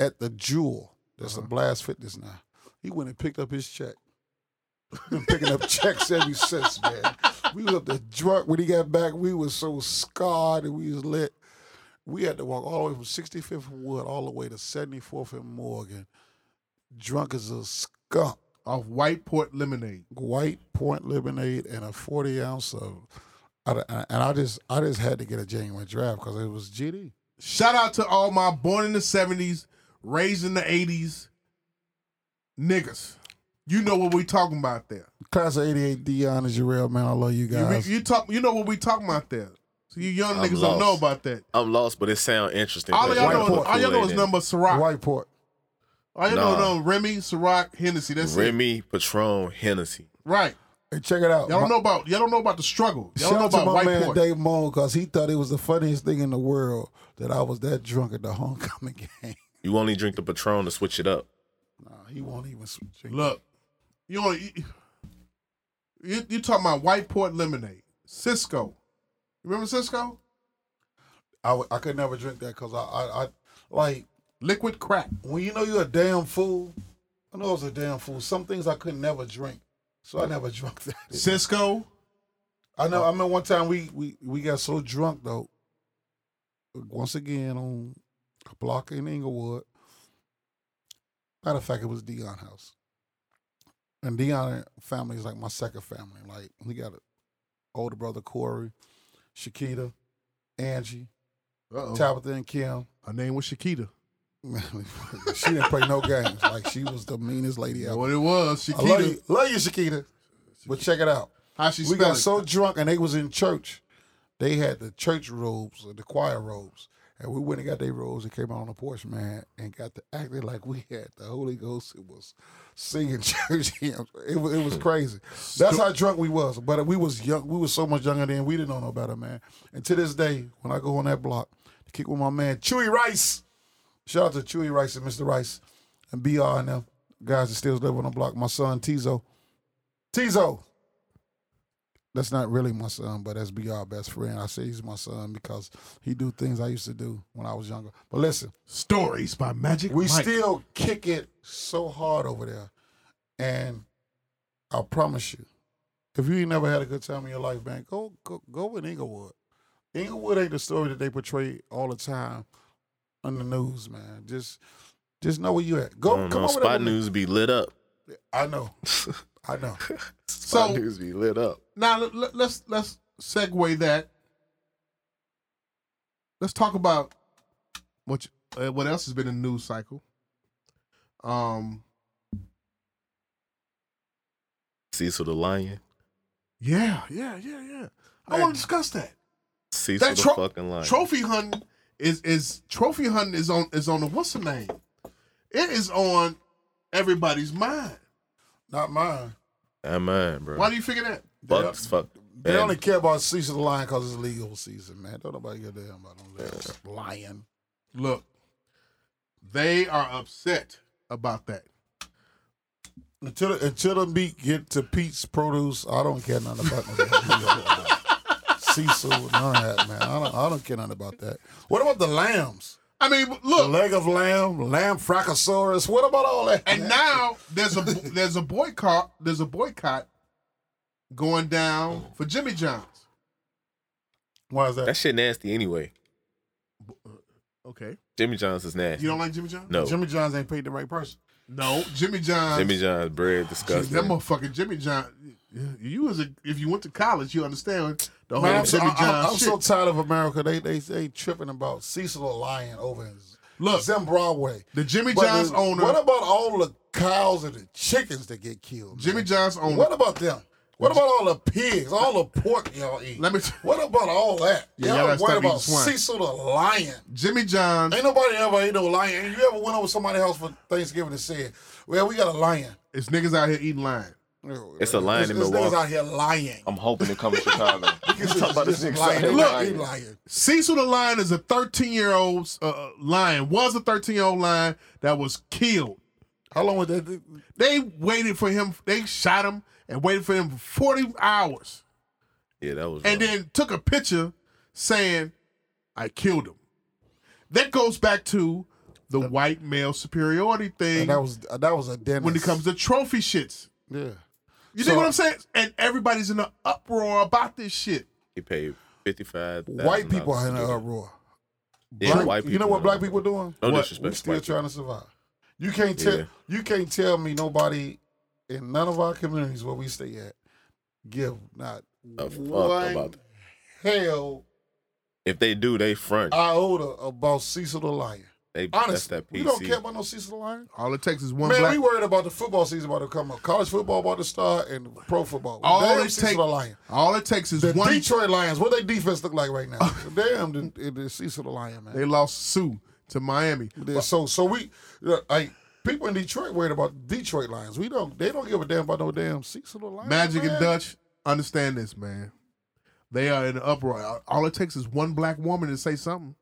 A: at the Jewel. That's a Blast Fitness now. He went and picked up his check. Been picking up checks ever since, man. We was up there drunk when he got back. We was so scarred and we was lit. We had to walk all the way from 65th and Wood all the way to 74th and Morgan, drunk as a skunk.
B: Off White Port Lemonade.
A: White Point lemonade and a 40 ounce of, I- I- and I just I just had to get a genuine draft because it was GD.
B: Shout out to all my born in the 70s, raised in the 80s niggas. You know what we talking about there.
A: Class of '88, Dion is your real man. I love you
B: You, re-
A: guys.
B: you talk you know what we talking about there. So you young
C: I'm
B: niggas don't know
C: lost.
B: about that.
C: I'm lost, but it sounds interesting.
B: All
C: Like,
B: y'all
C: why
A: White
B: know,
C: put
A: Port.
B: all y'all know
C: Kool-Aid
B: is
C: in?
B: number Ciroc.
A: Whiteport.
B: All y'all know
C: Nah.
B: no Remy, Ciroc, Hennessy. That's it.
C: Remy, Patron, Hennessy.
B: Right.
A: Hey, check it out.
B: Y'all don't
A: My-
B: know about y'all don't know about the struggle.
A: Shout
B: Y'all don't know
A: out to
B: about
A: my
B: White
A: man
B: Port.
A: Dave Moan because he thought it was the funniest thing in the world that I was that drunk at the homecoming [laughs] game.
C: You only drink the Patron to switch it up.
A: nah, he won't even switch. it.
B: Look, you know, you, you you talking about White Port Lemonade, Cisco. You remember Cisco?
A: I, w- I could never drink that because I, I, I like
B: Liquid crack.
A: when you know you're a damn fool. I know I was a damn fool. Some things I could never drink, so I never [laughs] drunk that.
B: Cisco.
A: I
B: Oh.
A: know. I remember one time we we we got so drunk though. Once again on a block in Inglewood. Matter of fact, it was Dion house, and Dion family is like my second family. Like we got an older brother Corey, Shakita, Angie,
B: Uh-oh.
A: Tabitha, and Kim. [laughs]
B: Her name was Shakita.
A: she didn't play no games. Like she was the meanest lady
B: You know
A: ever.
B: what it was,
A: I love
B: Shakita.
A: you, love you, Shakita. But check it out
B: How she
A: we
B: spelled
A: got
B: it.
A: so drunk and they was in church. They had the church robes or the choir robes. And we went and got their robes and came out on the porch, man, and got to acting like we had the Holy Ghost. It was singing [laughs] church hymns. It was, it was crazy. That's how drunk we was. But we was young. We was so much younger then. We didn't know no better, man. And to this day, when I go on that block to kick with my man Chewy Rice, shout out to Chewy Rice and Mr. Rice and BR and them guys that still live on the block. My son Tizo, Tizo, that's not really my son, but that's be our best friend. I say he's my son because he do things I used to do when I was younger. But listen,
B: Stories by Magic
A: we
B: Mike.
A: still kick it so hard over there, and I promise you, if you ain't never had a good time in your life, man, go go go in Inglewood. Inglewood ain't the story that they portray all the time on the news, man. Just just know where you at. Go
C: I don't
A: come
C: know.
A: over there.
C: Spot
A: with me.
C: news be lit up.
A: I know, I
C: [laughs]
A: know.
C: Spot
B: So-
C: news be lit up.
B: now let, let, let's let's segue that. Let's talk about what you, uh, what else has been in the news cycle. Um,
C: Cecil the Lion.
B: yeah, yeah, yeah, yeah. I
A: Man.
B: want to discuss that.
C: Cecil
B: That
C: the
B: tro-
C: fucking Lion.
B: Trophy hunting is is trophy hunting is on is on the what's the name? It is on everybody's mind.
A: Not mine.
C: Am man, bro.
B: Why do you figure that?
C: Bucks fuck.
A: They
C: Man,
A: only care about season of the lion because it's legal season, man. Don't nobody give a damn about no damn lion.
B: Look, they are upset about that.
A: Until until the meat get to Pete's produce, I don't care nothing about no damn legal lion. Cecil, none of that, man. I don't, I don't care nothing about that. What about the lambs?
B: I mean,
A: The
B: look,
A: leg of lamb, lamb fracosaurus. What about all that?
B: and
A: man?
B: now there's a there's a boycott there's a boycott going down for Jimmy John's.
A: why is that?
C: that shit nasty anyway.
B: Okay,
C: Jimmy John's is nasty.
B: you don't like Jimmy John's?
C: no.
A: Jimmy John's ain't paid the right person.
B: no. Jimmy John's.
C: Jimmy John's bread
B: Dude,
C: disgusting.
B: that motherfucking Jimmy John. You was a, if you went to college, you understand the whole
A: Man, I'm, so,
B: Jimmy
A: I,
B: John
A: I- I'm
B: shit.
A: so tired of America. They they they tripping about Cecil the lion over his
B: Look.
A: Zimbabwe.
B: The Jimmy
A: But
B: John's
A: the-
B: owner,
A: What about all the cows and the chickens that get killed?
B: Jimmy
A: man?
B: John's owner.
A: What about them? What about all the pigs, all the pork y'all eat?
B: Let me. T-
A: What about all that?
B: Yeah,
A: y'all
B: y'all gotta
A: worried
B: stop eating
A: about
B: swine.
A: Cecil the lion.
B: Jimmy John's.
A: Ain't nobody ever ate no lion. You ever went over somebody's house for Thanksgiving and said, "Well, we got a lion."
B: It's niggas out here eating lion.
C: It's a lion in
A: This nigga's
C: Milwaukee.
A: out here lying.
C: I'm hoping
A: [laughs]
C: it comes to Chicago. You talk about this nigga
A: lying.
C: Saturday
A: Look,
C: night.
A: he lying.
B: Cecil the lion is a 13 year old uh, lion. Was a 13 year old lion that was killed.
A: How long was that?
B: They waited for him. They shot him and waited for him for 40 hours,
C: Yeah, that was.
B: and
C: rough.
B: then took a picture saying, "I killed him." That goes back to the white male superiority thing
A: And that was that was a Dennis.
B: when it comes to trophy shits.
A: yeah.
B: You
A: So-
B: know what I'm saying? And everybody's in an uproar about this shit.
C: he paid fifty five.
A: White people are in an uproar.
C: Yeah,
A: Black-
C: white
A: You know
C: people
A: what
C: are-
A: black people doing?
C: No
B: What?
A: We
C: disrespect. to
A: still
C: white people.
A: trying to survive. You can't tell
C: Yeah.
A: you can't tell me nobody in none of our communities where we stay at give not
C: A fuck
A: one
C: about that.
A: hell
C: If they do, they front.
A: iota about Cecil the Lion.
C: They that's
A: Uh, Honestly,
C: that
A: we don't care
C: PC.
A: about no Cecil the Lion.
B: All it takes is one
A: Man,
B: black.
A: we worried about the football season about to come up. College football about to start and pro football.
B: All
A: Damn
B: it
A: Cecil
B: take-
A: the Lion.
B: all it takes is
A: The
B: one.
A: Detroit Lions, what their defense look like
B: [laughs]
A: right now? Damn, the, the Cecil the Lion, man.
B: They lost Sue to Miami.
A: Yeah, so so we like people in Detroit worried about Detroit Lions. We don't they don't give a damn about no damn Cecil Lions.
B: Magic
A: man.
B: and Dutch, understand this, man. They are in an uproar. All it takes is one black woman to say something.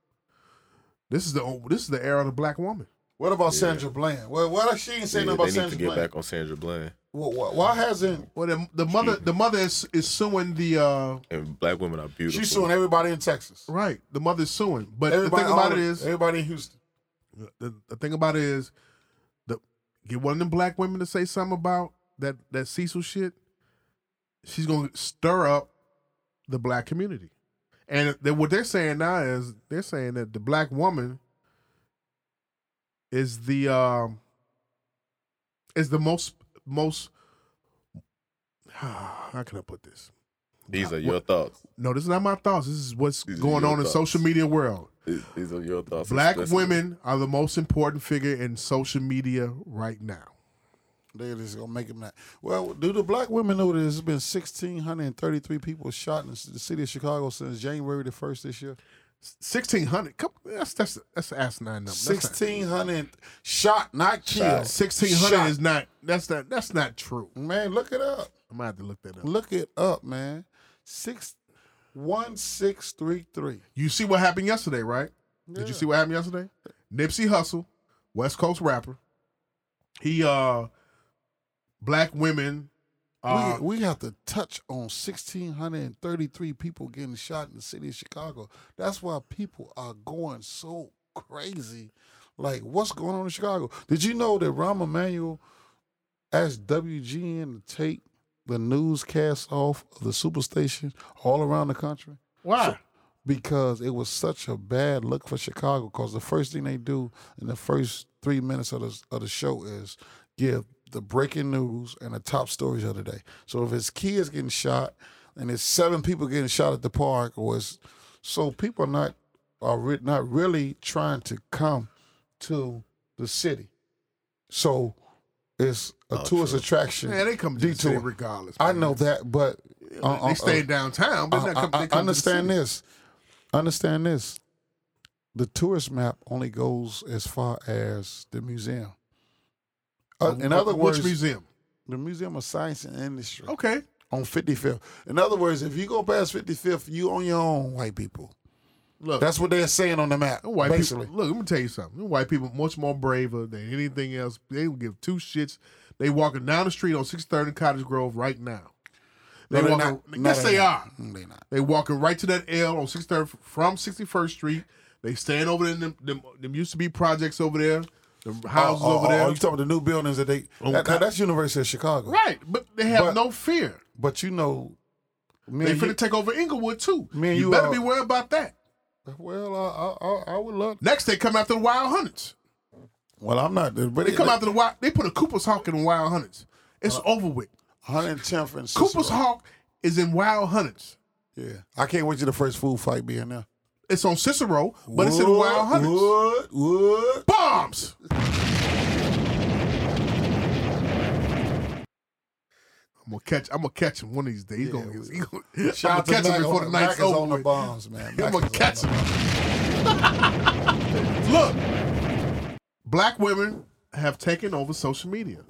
B: This is the this is the era of the black woman.
A: What about Sandra Bland? Well, why she ain't
C: Yeah,
A: saying nothing
C: they need
A: about
C: to
A: Sandra
C: get
A: Bland?
C: back on Sandra Bland.
A: Well, why, why hasn't
B: Well, the, the mother the mother is, is suing the uh,
C: And black women are beautiful.
A: she's suing everybody in Texas?
B: right. The mother is suing, but
A: Everybody
B: the thing about
A: all-
B: it is
A: everybody in Houston.
B: the, the thing about it is the get one of them black women to say something about that that Cecil shit. She's gonna stir up the black community, and then what they're saying now is they're saying that the black woman is the um is the most most. [sighs] How can I put this?
C: These are your thoughts.
B: No, this is not my thoughts. This is what's
C: These are
B: going
C: your
B: on in
C: thoughts.
B: social media world.
C: These these are your thoughts.
B: Black
C: explicitly.
B: women are the most important figure in social media right now.
A: They just gonna make them that. Well, do the black women know that there's been 1,633 people shot in the city of Chicago since January the first this year?
B: Sixteen hundred. Come, that's that's that's an asinine number. That's not-
A: 1,600 shot, not killed.
B: 1600
A: Shot.
B: is not. That's not. That's not true.
A: man. Look it up.
B: I'm gonna have to look that up.
A: Look it up, man. Six one six three three.
B: You see what happened yesterday, right? Did you see what happened yesterday? Nipsey Hussle, West Coast rapper. He uh, black women. Uh,
A: we, we have to touch on sixteen hundred and thirty three people getting shot in the city of Chicago. That's why people are going so crazy. Like, what's going on in Chicago? Did you know that Rahm Emanuel asked WGN to take the newscast off of the superstation all around the country?
B: why?
A: because it was such a bad look for Chicago. Because the first thing they do in the first three minutes of the of the show is give the breaking news and the top stories of the day. So if it's kids getting shot and it's seven people getting shot at the park, or it's so people are not are re- not really trying to come to the city. So it's a tourist attraction.
B: Man, they come to the
A: Detour.
B: city regardless.
A: I
B: man.
A: know that, but uh, uh,
B: they
A: uh,
B: stay downtown, but
A: I,
B: they come,
A: I-
B: they
A: I
B: come to the
A: understand
B: city.
A: this. Understand this. The tourist map only goes as far as the museum. Uh, in
B: Wh-
A: other
B: which
A: words,
B: museum?
A: the Museum of Science and Industry
B: Okay,
A: on 55th. In other words, if you go past 55th, you on your own, white people.
B: look,
A: That's what they're saying on the map,
B: Them White
A: basically.
B: people, look, let me tell you something. Them white people much more braver than anything else. They don't give two shits. They walking down the street on 630 Cottage Grove right now. They
A: No, they're
B: walking.
A: not. No,
B: yes,
A: they're
B: they
A: not.
B: are.
A: Mm, They not.
B: They walking right to that L on 63rd from 61st Street. They staying over there. in Them, them, them used to be projects over there. The houses
A: Oh, oh,
B: over
A: oh,
B: there.
A: you talking about the new buildings that they. that- that- that's University of Chicago.
B: right, but they have
A: But-
B: no fear.
A: But you know, me
B: They
A: and you-
B: finna take over Inglewood too.
A: Me and
B: you
A: you
B: better
A: are-
B: be worried about that.
A: well, I, I, I, I would love.
B: Next, they come after the Wild Hunters.
A: Well, I'm not. But
B: They come after the Wild. They put a Cooper's Hawk in the Wild Hunters.
A: Uh,
B: It's over with.
A: 110th and Cicero.
B: Cooper's Hawk is in Wild Hunters.
A: Yeah, I can't wait to the first food fight being there.
B: It's on Cicero, but it's in the Wild Hundreds.
A: Wood, wood.
B: Bombs. I'm gonna catch. I'm gonna catch him one of these days. He's
A: Yeah,
B: gonna,
A: we-
B: he's gonna,
A: [laughs] Shout
B: I'm
A: out to
B: gonna catch
A: Mac
B: him before
A: on-
B: the
A: Mac
B: night's
A: is on the
B: over. with.
A: bombs,
B: [laughs]
A: man.
B: I'm
A: Mac is
B: gonna
A: on
B: catch
A: the bombs.
B: him. Look, black women have taken over social media.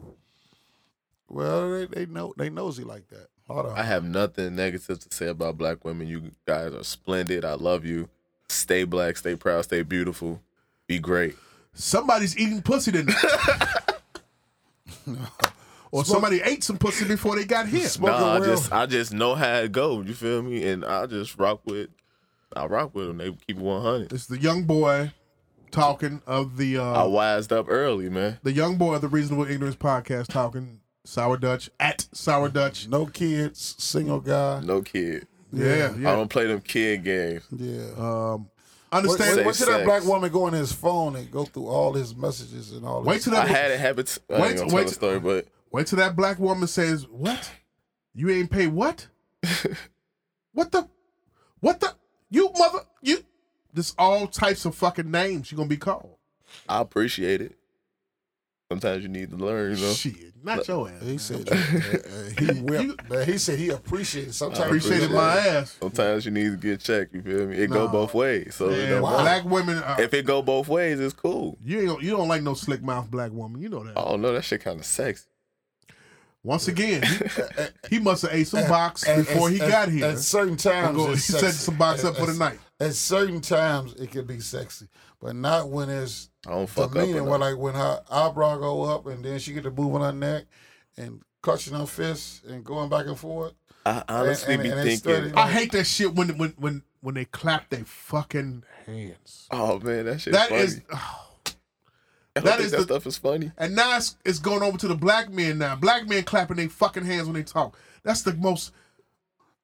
A: Well, they, they know they nosy like that. Hold on.
C: I have nothing negative to say about black women. You guys are splendid. I love you. Stay black, stay proud, stay beautiful. Be great.
B: Somebody's eating
A: [laughs]
B: pussy tonight. or somebody ate some pussy before they got here.
A: Smoke
C: Nah, I
A: around.
C: just I just know how it goes. You feel me? And I just rock with I rock with them. They keep it 100.
B: It's the young boy talking of the
C: I
B: uh,
C: wised up early, man.
B: the young boy of the Reasonable Ignorance podcast talking sour Dutch at sour Dutch.
A: No kids, single guy.
C: No kid.
B: Yeah,
C: I
B: yeah.
C: don't play them kid games.
A: Yeah.
B: Um,
A: Wait, wait,
B: understand.
C: Safe
A: wait till that
C: Uh, sex.
A: black woman go on his phone and go through all his messages and all.
B: Wait till
C: I
B: that.
C: had it happen. t- I
B: Wait,
C: ain't gonna tell
B: wait.
C: the story, but
B: Wait till that black woman says, "What? You ain't pay
C: [laughs]
B: what? what the? What the? You mother? You? Just all types of fucking names you gonna be called?
C: I appreciate it. Sometimes you need to learn, you know.
B: Shit, not your ass.
A: He said uh, uh,
B: [laughs]
A: he whipped. man. He said he appreciated. Sometimes
C: I appreciate
B: Appreciated
C: appreciate
B: my
C: it.
B: ass.
C: Sometimes you need to get checked. You feel me? It
B: Nah.
C: go both ways. So you
B: Yeah,
C: know,
A: wow.
B: black women. Are,
C: if it go both ways, it's cool.
B: you ain't, you don't like no slick mouth black woman. You know that.
C: Oh no, that shit kind of sexy.
B: Once again,
C: [laughs]
B: he- he must have ate
A: Uh,
B: some box
A: At-
B: before
A: at-
B: he
A: at-
B: got here.
A: At certain
B: I'm
A: times,
B: going, he
A: it's
B: set
A: sexy.
B: some box
A: At-
B: up for the
A: at-
B: night.
A: At certain times, it can be sexy, but not when it's
C: I don't fuck up.
A: demeaning. Where
C: enough.
A: like when her eyebrow go up and then she get to move on her neck and clutching her fists and going back and forth.
C: I honestly
A: and-
C: be
A: and it's
C: thinking,
A: thirty-
B: I hate that shit when when when when they clap their fucking hands.
C: oh man, that shit.
B: That
C: funny.
B: is,
C: I don't
B: that
C: think
B: is
C: that
B: the-
C: stuff is funny.
B: and now it's, it's going over to the black men now. Black men clapping their fucking hands when they talk. That's the most.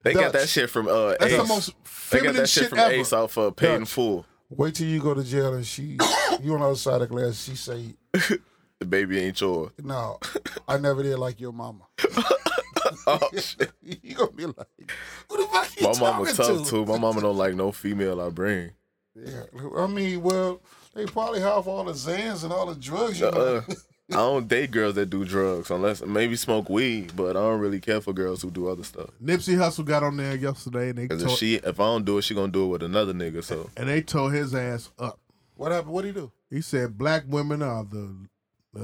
C: They
A: Dutch.
C: got that shit from uh.
B: That's
C: Ace.
B: the most
C: They got
B: feminine
C: that shit
B: shit
C: from
B: ever.
C: Ace off of Paid in
A: Dutch.
C: Full.
A: Wait till you go to jail and she, [coughs] you on the other side of the glass. She say,
C: The baby ain't yours.
A: "No, I never did like your mama."
C: [laughs] Oh shit.
A: [laughs] you gonna be like, "Who the fuck you
C: My
A: talking
C: mama tough
A: to?"
C: too. My mama don't like no female
B: [laughs]
C: I bring.
A: Yeah, I mean, well, they probably have all the Zans and all the drugs. You know?
C: Uh, I don't date girls that do drugs unless maybe smoke weed, but I don't really care for girls who do other stuff.
B: Nipsey Hussle got on there yesterday and they
C: Cause if
B: tore,
C: she, if I don't do it, she gonna do it with another nigga. So
B: and they tore his ass up.
A: What happened? What would he do?
B: He said black women are the the,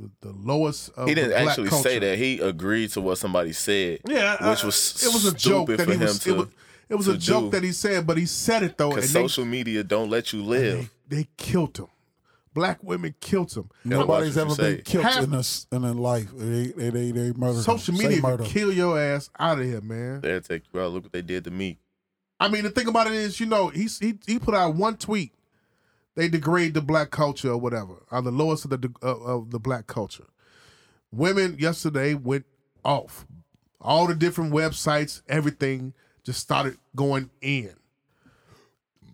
B: the, the lowest. Of
C: he didn't
B: the Oh, black
C: actually say
B: culture.
C: that. He agreed to what somebody said.
B: Yeah,
C: which
B: I-
C: was
B: it was a joke
C: stupid
B: that
C: for
B: he was.
C: him
B: it
C: to-
B: was, it was
C: to
B: a joke
C: do.
B: that he said, but he said it though, and
C: Cause
B: they,
C: social media don't let you live.
B: they killed him. Black women killed him.
C: Gotta watch
A: Nobody's
C: what you
A: ever
C: say.
A: been killed
B: Half-
A: in a s- in a life. They they they, they murdered.
B: Social
A: them.
B: media
A: Say murder.
B: can kill your ass out of here, man.
C: They'll take you out. Look what they did to me.
B: I mean, the thing about it is, you know, he he, he put out one tweet. They degrade the black culture or whatever, are the lowest of the de- of, of the black culture. Women yesterday went off. All the different websites, everything just started going in.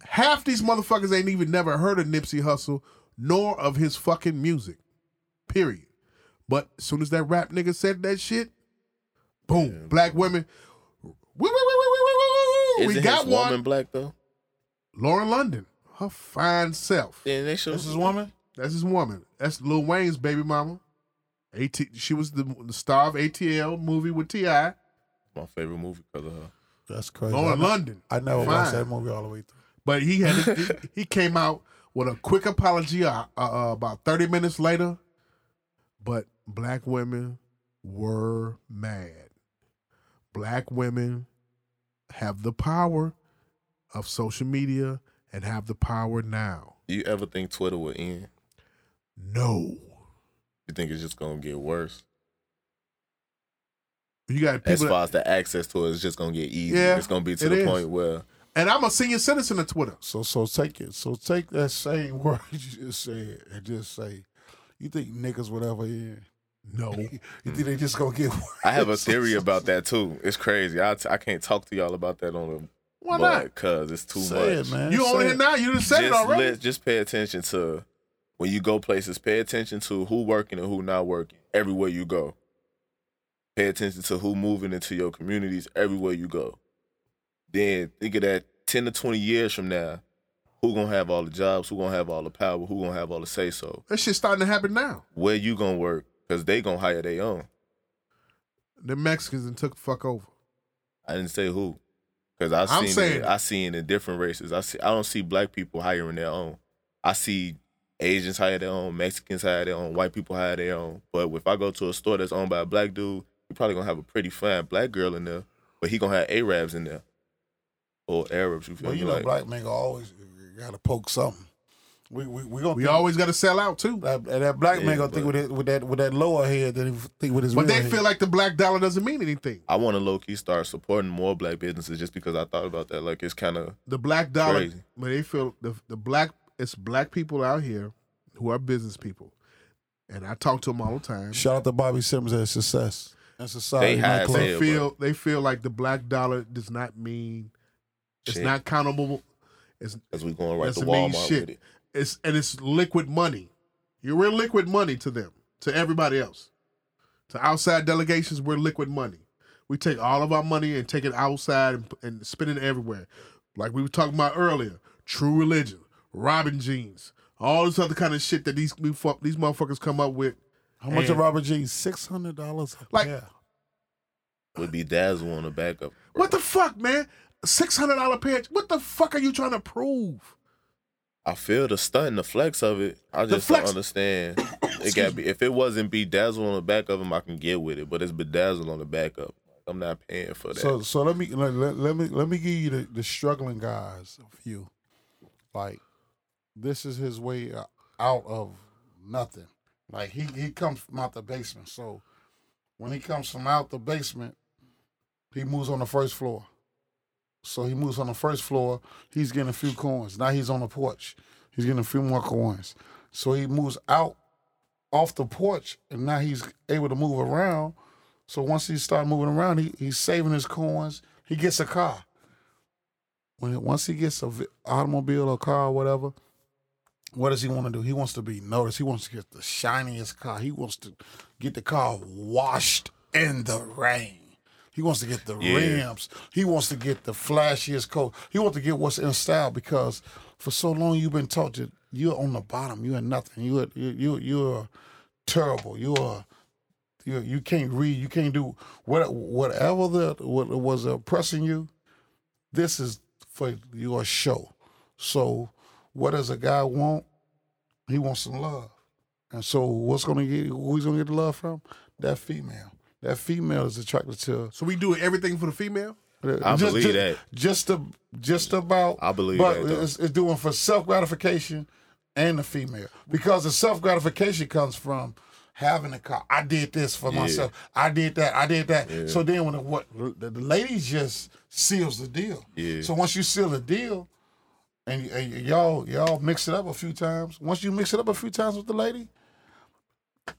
B: Half these motherfuckers ain't even never heard of Nipsey Hussle nor of his fucking music. Period. But as soon as that rap nigga said that shit, boom, black women. woo, woo, woo, woo, woo, woo, woo, woo,
C: Isn't
B: Oh, We got
C: his
B: one.
C: woman black though?
B: Lauren London, her fine self.
C: Then they should.
A: This is woman.
B: That's his woman. That's Lil Wayne's baby mama. AT, she was the, the star of ATL movie with Ti.
C: my favorite movie because uh, of her.
A: That's crazy.
B: Lauren
A: I,
B: London,
A: I never
B: Fine.
A: watched that movie all the way through.
B: but he had he, he came out with a quick apology uh, uh, about thirty minutes later. But black women were mad. Black women have the power of social media and have the power now.
C: Do you ever think Twitter will end?
B: No,
C: You think it's just gonna get worse?
B: you got
C: As
B: people.
C: far as the access to it is just gonna get easier.
B: Yeah,
C: it's gonna be to
B: it
C: the
B: is.
C: point where
B: And I'm a senior citizen of Twitter.
A: So so take it. So take that same [laughs] word you just said and just say, you think niggas would ever end?
B: No.
A: You think they just gonna get? Worse?
C: Mm. I
B: [laughs]
C: have a
A: [laughs]
C: theory about that too. It's crazy. I, t- I can't talk to y'all about that on the
B: Why not?
C: because it's too
A: Say
C: much.
A: it, man.
B: You
A: Say
B: on
A: it.
B: here now? You done said it
C: just
B: already.
C: let- just pay attention to when you go places. Pay attention to who working and who not working everywhere you go. Pay attention to who moving into your communities everywhere you go. Then think of that ten to twenty years from now, who gonna have all the jobs? Who gonna have all the power? Who gonna have all the say so?
B: That shit's starting to happen now.
C: Where you gonna work? Cause they gonna hire their own.
B: The Mexicans and took the fuck over.
C: I didn't say who, cause I
B: I'm
C: seen
B: saying-
C: it, I seen in different races. I see I don't see black people hiring their own. I see Asians hire their own, Mexicans hire their own, white people hire their own. But if I go to a store that's owned by a black dude, you probably gonna have a pretty fine black girl in there, but he gonna have Arabs in there or Arabs. You feel
A: Well,
C: me?
A: you know,
C: like,
A: black nigga always gotta poke something. We we we gonna
B: We
A: think-
B: always got to sell out too.
A: that, that black
C: Yeah,
A: man gonna think
C: but-
A: with that with that with that lower head than he think with his.
B: But
A: real
B: they
A: head.
B: feel like the black dollar doesn't mean anything.
C: I want to low key start supporting more black businesses just because I thought about that. Like it's kind of
B: The black dollar,
C: Crazy.
B: but they feel the the black it's black people out here who are business people, and I talk to them all the time.
A: shout out to Bobby Simmons at Success and Society
C: they high as
A: nightclub.
B: They
C: hell.
B: feel
C: Feel,
B: they feel like the black dollar does not mean it's
C: Shit.
B: not countable.
C: Cause we going right to
B: Doesn't mean
C: Walmart
B: shit.
C: with it.
B: It's and it's liquid money. You're we're liquid money to them, to everybody else, to outside delegations. We're liquid money. We take all of our money and take it outside and, and spend it everywhere. Like we were talking about earlier, True Religion, Robin Jeans, all this other kind of shit that these we fuck, these motherfuckers come up with.
A: How much
B: And-
A: of Robert G? Six hundred dollars.
B: Like-
A: yeah.
C: Would be Dazzle on the backup.
B: What the fuck, man? Six hundred dollar pair. What the fuck are you trying to prove?
C: I feel the stunt and the flex of it. I
B: The
C: just don't
A: [coughs]
B: flex-
C: understand. It got be, if it wasn't Bedazzle on the back of him, I can get with it. But it's Bedazzle on the back of. 'em. I'm not paying for that.
A: So so let me let, let, let me let me give you the, the struggling guys of you. Like this is his way uh, out of nothing. Like he he comes from out the basement. So when he comes from out the basement, he moves on the first floor. So he moves on the first floor. He's getting a few coins. Now he's on the porch. He's getting a few more coins. So he moves out off the porch, and now he's able to move around. So once he start moving around, he, he's saving his coins. He gets a car. When once he gets a vi- automobile or car or whatever, what does he want to do? He wants to be noticed. He wants to get the shiniest car. He wants to get the car washed in the rain. He wants to get the
C: Yeah.
A: rims. He wants to get the flashiest coat. He wants to get what's in style because for so long you've been taught that you're on the bottom. You're nothing. You're you you're terrible. You're you you can't read, you can't do what whatever the what was oppressing you. This is for your show. So, what does a guy want? He wants some love, and so what's gonna get who he's gonna get the love from? That female. That female is attracted to.
B: So we do everything for the female. [laughs]
C: I
A: just,
C: believe
A: just,
C: that.
A: Just a, just about.
C: I believe
A: but
C: that, though.
A: It's, it's doing for self gratification and the female because the self gratification comes from having a car. I did this for myself. I did that. I did that. So then when the, what the, the lady just seals the deal.
C: Yeah.
A: So once you seal the deal. And, and y'all y'all mix it up a few times. Once you mix it up a few times with the lady,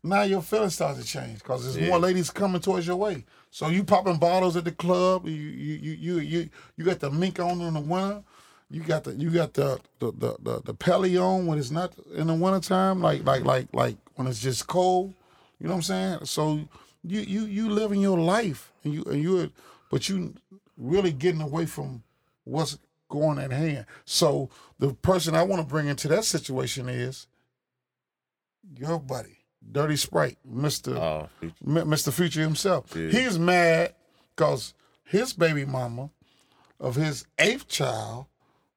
A: now your feelings start to change because there's more ladies coming towards your way. So you popping bottles at the club. You you you you you, you got the mink on in the winter. You got the you got the the the the, the pelly on when it's not in the wintertime, like like like like when it's just cold. You know what I'm saying? So you you you living your life and you and you but you really getting away from what's going at hand. So the person I want to bring into that situation is your buddy, Dirty Sprite, Mister
C: Oh,
A: M- Mr. Future himself.
C: Yeah.
A: He's mad because his baby mama of his eighth child,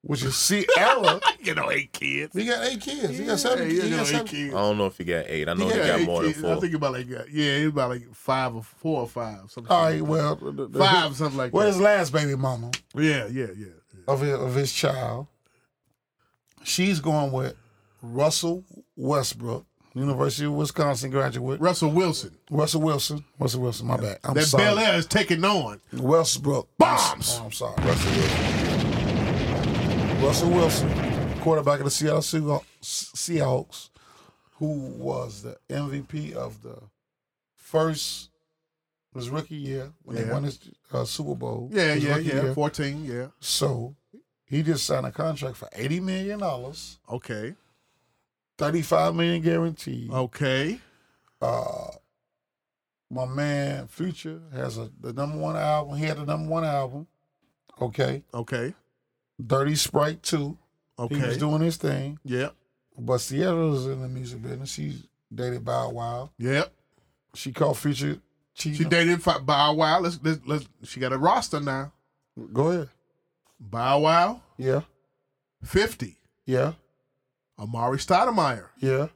A: which is [laughs] Sierra.
B: You know, eight kids.
A: he got eight kids. he got seven.
B: Yeah, you
A: he
B: know,
A: got seven.
B: eight kids.
C: I don't know if he got eight. I know he
B: Yeah,
C: got
B: eight
C: more than
B: kids. I
C: four.
B: think about like uh, yeah, it's about like five or four or five. Something
A: All
B: like
A: right, well, the- the- the-
B: that. five, something like
A: Well,
B: that.
A: his last baby mama
B: yeah, yeah, yeah, yeah.
A: of his, of his child, she's going with Russell Westbrook, University of Wisconsin graduate.
B: Russell Wilson.
A: Russell Wilson. Russell Wilson. My bad. I'm
B: that
A: sorry.
B: Bel Air is taking on.
A: Westbrook.
B: Bombs!
A: Oh, I'm sorry. Russell Wilson. quarterback of the Seattle Seahawks, Seahawks, who was the MVP of the first his rookie year when they
B: Yeah.
A: won his uh, Super Bowl.
B: Yeah,
A: his
B: yeah,
A: rookie
B: yeah.
A: year.
B: Fourteen, yeah.
A: So he just signed a contract for eighty million dollars,
B: Okay,
A: thirty-five million guaranteed.
B: Oh. okay.
A: uh my man Future has a the number one album. He had the number one album. Okay.
B: Okay.
A: Dirty Sprite too. He was
B: Okay.
A: doing his thing.
B: Yep.
A: But Sierra's in the music business. She dated Bow Wow.
B: Yep.
A: She called Future.
B: She
A: Cheating.
B: dated Fi- Bow Wow. Let's, let's let's. She got a roster now.
A: Go ahead.
B: Bow Wow,
A: Yeah.
B: fifty.
A: Yeah.
B: Amari Stoudemire,
A: Yeah.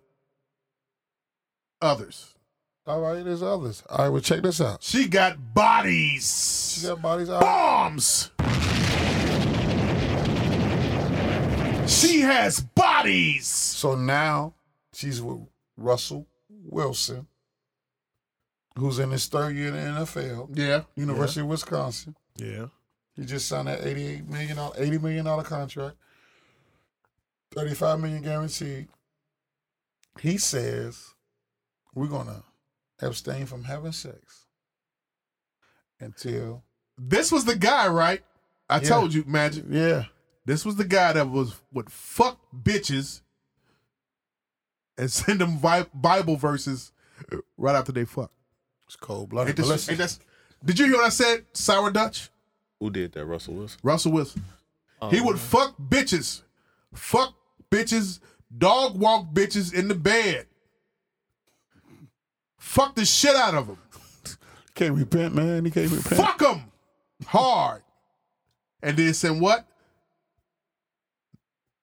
B: others.
A: All right. There's others. All right. Well, check this out.
B: She got bodies.
A: She got bodies out.
B: bombs. She has bodies.
A: So now she's with Russell Wilson, who's in his third year in the NFL,
B: Yeah.
A: University of Wisconsin.
B: Yeah.
A: He just signed that eighty-eight million dollar, eighty million dollar contract, thirty-five million guaranteed. He says we're gonna abstain from having sex until
B: This was the guy, right? I
A: Yeah.
B: told you, Magic.
A: yeah,
B: This was the guy that was would fuck bitches and [laughs] send them vi- Bible verses right after they fuck.
A: it's cold blooded.
B: Ain't this- ain't that's- did you hear what I said? Sour Dutch,
C: Who did that? Russell Wilson.
B: Russell Wilson.
C: Oh,
B: He would
C: man.
B: fuck bitches, fuck bitches, dog walk bitches in the bed, fuck the shit out of them,
A: can't repent, man. He can't repent.
B: fuck them hard, and then send what?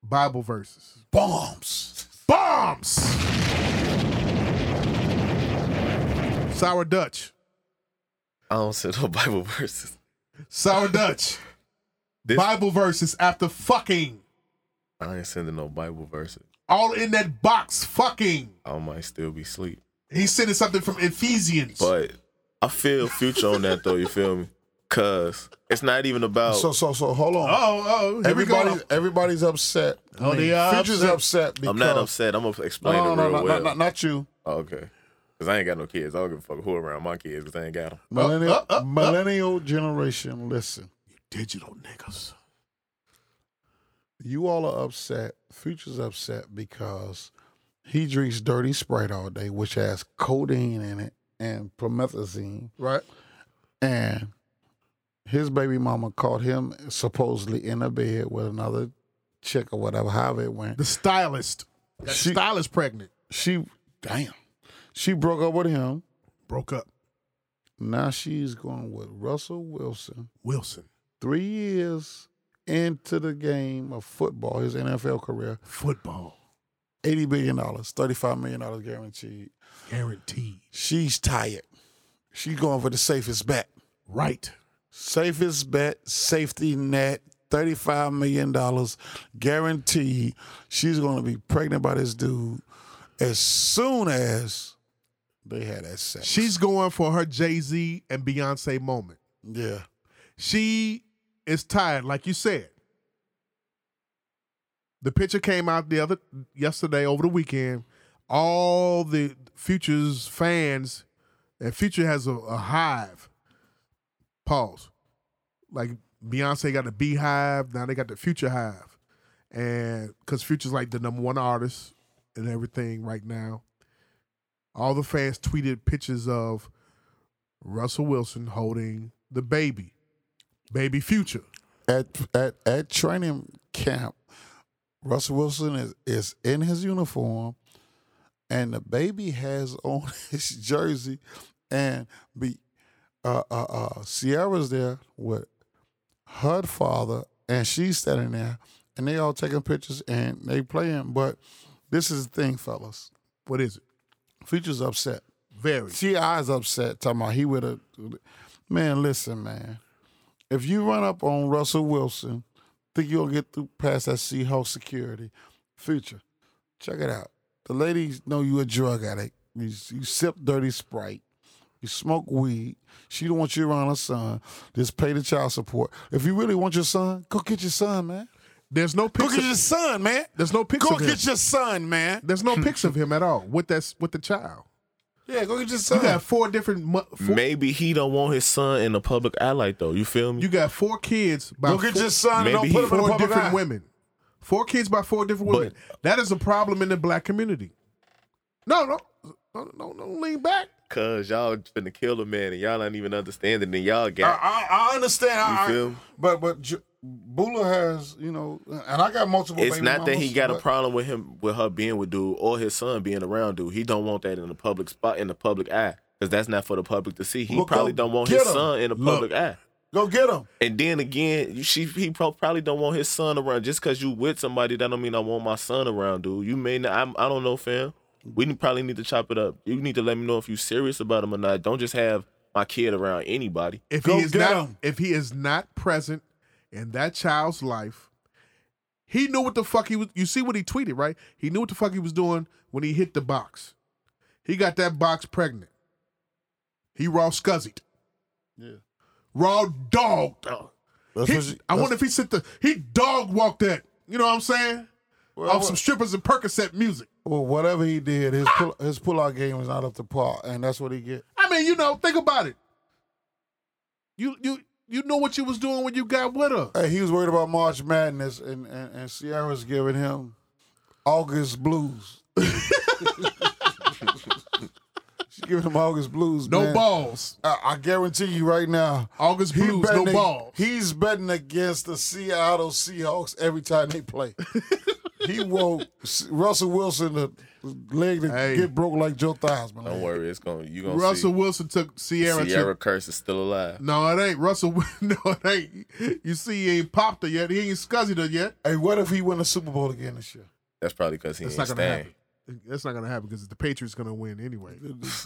B: Bible verses,
A: Bombs.
B: bombs, sour Dutch,
C: I don't say no [laughs] Bible verses. [laughs]
B: sour Dutch,
C: This
B: Bible verses after fucking,
C: I ain't sending no Bible verses.
B: all in that box, fucking.
C: I might still be asleep.
B: He's sending something from Ephesians.
C: But I feel future on that though, you feel me? Cause it's not even about
A: So so so hold on.
B: Oh, oh, here we go.
A: Everybody's everybody's upset.
B: Oh, they are
A: Future's
B: upset.
A: upset because
C: I'm not upset. I'm gonna
A: No,
C: explain
A: no,
C: it
A: no,
C: real
A: no,
C: well.
A: not, not, not you.
C: Oh, okay. Cause I ain't got no kids. I don't give a fuck who around my kids because I ain't got them.
A: Millennial,
B: uh, uh, uh.
A: millennial generation, listen.
B: Digital niggas.
A: You all are upset. Future's upset because he drinks dirty Sprite all day, which has codeine in it and promethazine.
B: Right.
A: And his baby mama caught him supposedly in a bed with another chick or whatever, however it went.
B: The stylist. That
A: She-
B: stylist pregnant.
A: She, damn, she broke up with him.
B: Broke up.
A: Now she's going with Russell Wilson.
B: Wilson.
A: Three years into the game of football, his NFL career,
B: Football.
A: eighty billion dollars, thirty-five million dollars guaranteed.
B: Guaranteed.
A: She's tired. She's going for the safest bet.
B: Right.
A: Safest bet, safety net, thirty-five million dollars guaranteed. She's going to be pregnant by this dude as soon as they had that sex.
B: She's going for her Jay Z and Beyonce moment.
A: yeah,
B: She is tired, like you said. The picture came out the other yesterday over the weekend. All the Future's fans, and Future has a, a hive. Pause. Like Beyonce got the Beehive, now they got the Future Hive, and because Future's like the number one artist and everything right now. All the fans tweeted pictures of Russell Wilson holding the baby, baby Future.
A: at at at training camp, Russell Wilson is, is in his uniform, and the baby has [laughs] on his jersey, and be uh uh uh Sierra's there with her father, and she's standing there, and they all taking pictures and they playing. But this is the thing, fellas.
B: What is it?
A: Future's upset.
B: Very.
A: Ti is upset. Talking about he would have. Man, listen, man. If you run up on Russell Wilson, think you'll get through past that Seahawks security. Future, check it out. The ladies know you a drug addict. You, you sip dirty Sprite. You smoke weed. She don't want you around her son. Just pay the child support. If you really want your son, go get your son, man.
B: There's no
A: Go
B: pics.
A: get
B: Of,
A: your son, man.
B: there's no pics
A: Go
B: of him.
A: get your son, man. [laughs]
B: There's no pics of him at all with that with the child.
A: Yeah, go get your son.
B: You got four different. mo- Four,
C: Maybe he don't want his son in a public eye though. You feel me?
B: you got four kids by
A: Go get
B: four,
A: your son and
C: Maybe
A: don't
C: he
A: put him in the
B: four
A: public
B: different
A: eye.
B: women. Four kids by four different
C: But-
B: women. that is a problem in the black community. No, no, no, no, no lean back.
C: Cause y'all
A: Ah,
C: finna kill a man and y'all not even understanding and y'all got
A: I, I, I understand. I,
C: You
A: I-
C: feel me?
A: But but Ju- Bula has, you know, and I got multiple. oh,
C: It's
A: baby
C: not that he
A: mamas,
C: got a
A: but-
C: problem with him with her being with dude or his son being around dude. He don't want that in the public spot in the public eye because that's not for the public to see. He
A: Look,
C: probably
A: go
C: don't want
A: get
C: his
A: him.
C: son in the
B: Look.
C: public eye.
A: Go get him.
C: And then again, you- she he pro- probably don't want his son around. Just because you with somebody, that don't mean I want my son around, dude. You may not. I'm, I don't know, fam. We n- probably need to chop it up. You need to let me know if you serious about him or not. Don't just have my kid around anybody.
B: If
A: Go
B: he is
A: get
B: not
A: 'em.
B: if he is not present in that child's life, he knew what the fuck he was. You see what he tweeted, right? He knew what the fuck he was doing when he hit the box. He got that box pregnant. He raw scuzzied.
A: Yeah.
B: Raw dogged.
A: That's
B: He-
A: what she-
B: I
A: that's-
B: wonder if he sent the he dog walked that. You know what I'm saying?
A: well,
B: Off some strippers and Percocet music.
A: well, whatever he did, his pull, his pullout game was not up to par, and that's what he get.
B: I mean, you know, think about it. You you you know what you was doing when you got with her.
A: Hey, he was worried about March Madness, and and, and Sierra's giving him August blues. [laughs] She's giving him August blues.
B: No
A: man.
B: balls.
A: I, I guarantee you right now.
B: August
A: he
B: Blues, no
A: betting-
B: balls.
A: He's betting against the Seattle Seahawks every time they
B: [laughs]
A: play. he won't Russell Wilson the leg to
B: Hey.
A: get broke like Joe Theismann.
C: Don't worry, it's gonna you gonna
B: Russell Wilson took
C: see.
B: Sierra,
C: Sierra,
B: to-
C: Curse is still alive.
B: No, it ain't Russell. [laughs] No, it ain't. You see, he ain't popped her yet. He ain't scuzzied her yet.
A: Hey, what if he win the Super Bowl again this year?
C: That's probably because he
B: That's
C: ain't
B: not gonna
C: staying.
B: happen. That's not gonna happen because the Patriots gonna win anyway.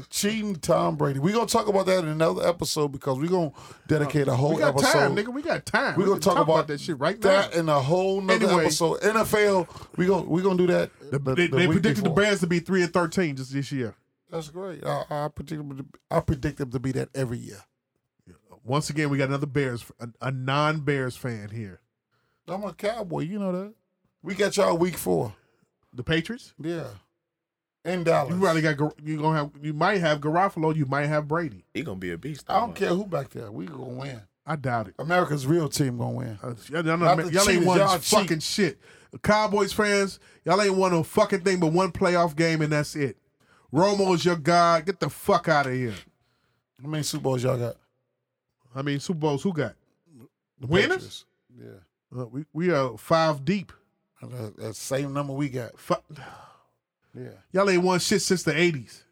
A: Cheating Tom Brady. We're gonna talk about that in another episode because we're gonna dedicate a whole
B: We got
A: episode.
B: time, nigga. We got time.
A: We're
B: We
A: gonna
B: can
A: talk, about,
B: that shit right
A: that
B: now.
A: in a whole nother
B: Anyway.
A: episode. NFL, we gonna we gonna do that. The,
B: They,
A: the
B: they
A: week
B: predicted
A: before.
B: the Bears to be three and thirteen just this year.
A: That's great. I, I predict them to, I predict them to be that every year.
B: Once again, we got another Bears, a, a non-Bears fan here.
A: I'm a cowboy, you know that. We got y'all week four.
B: The Patriots.
A: Yeah. In Dallas.
B: You probably got. Gar- You gonna have. You might have Garofalo. You might have Brady.
C: He gonna be a beast.
A: I don't care who back there. We gonna win.
B: I doubt it.
A: America's real team gonna win.
B: Uh, y'all, y'all,
A: Not
B: not,
A: the
B: y'all ain't
A: cheaters,
B: won
A: y'all cheat.
B: fucking shit. Cowboys fans, y'all ain't won no fucking thing but one playoff game and that's it. Romo's your god. Get the fuck out of here.
A: How many Super Bowls y'all got?
B: I mean, Super Bowls, who got? Winners?
A: Patriots. Yeah.
B: Uh, we, we are five deep.
A: And That, that same number we got.
B: Fi-
A: Yeah.
B: y'all ain't won shit since the 80s.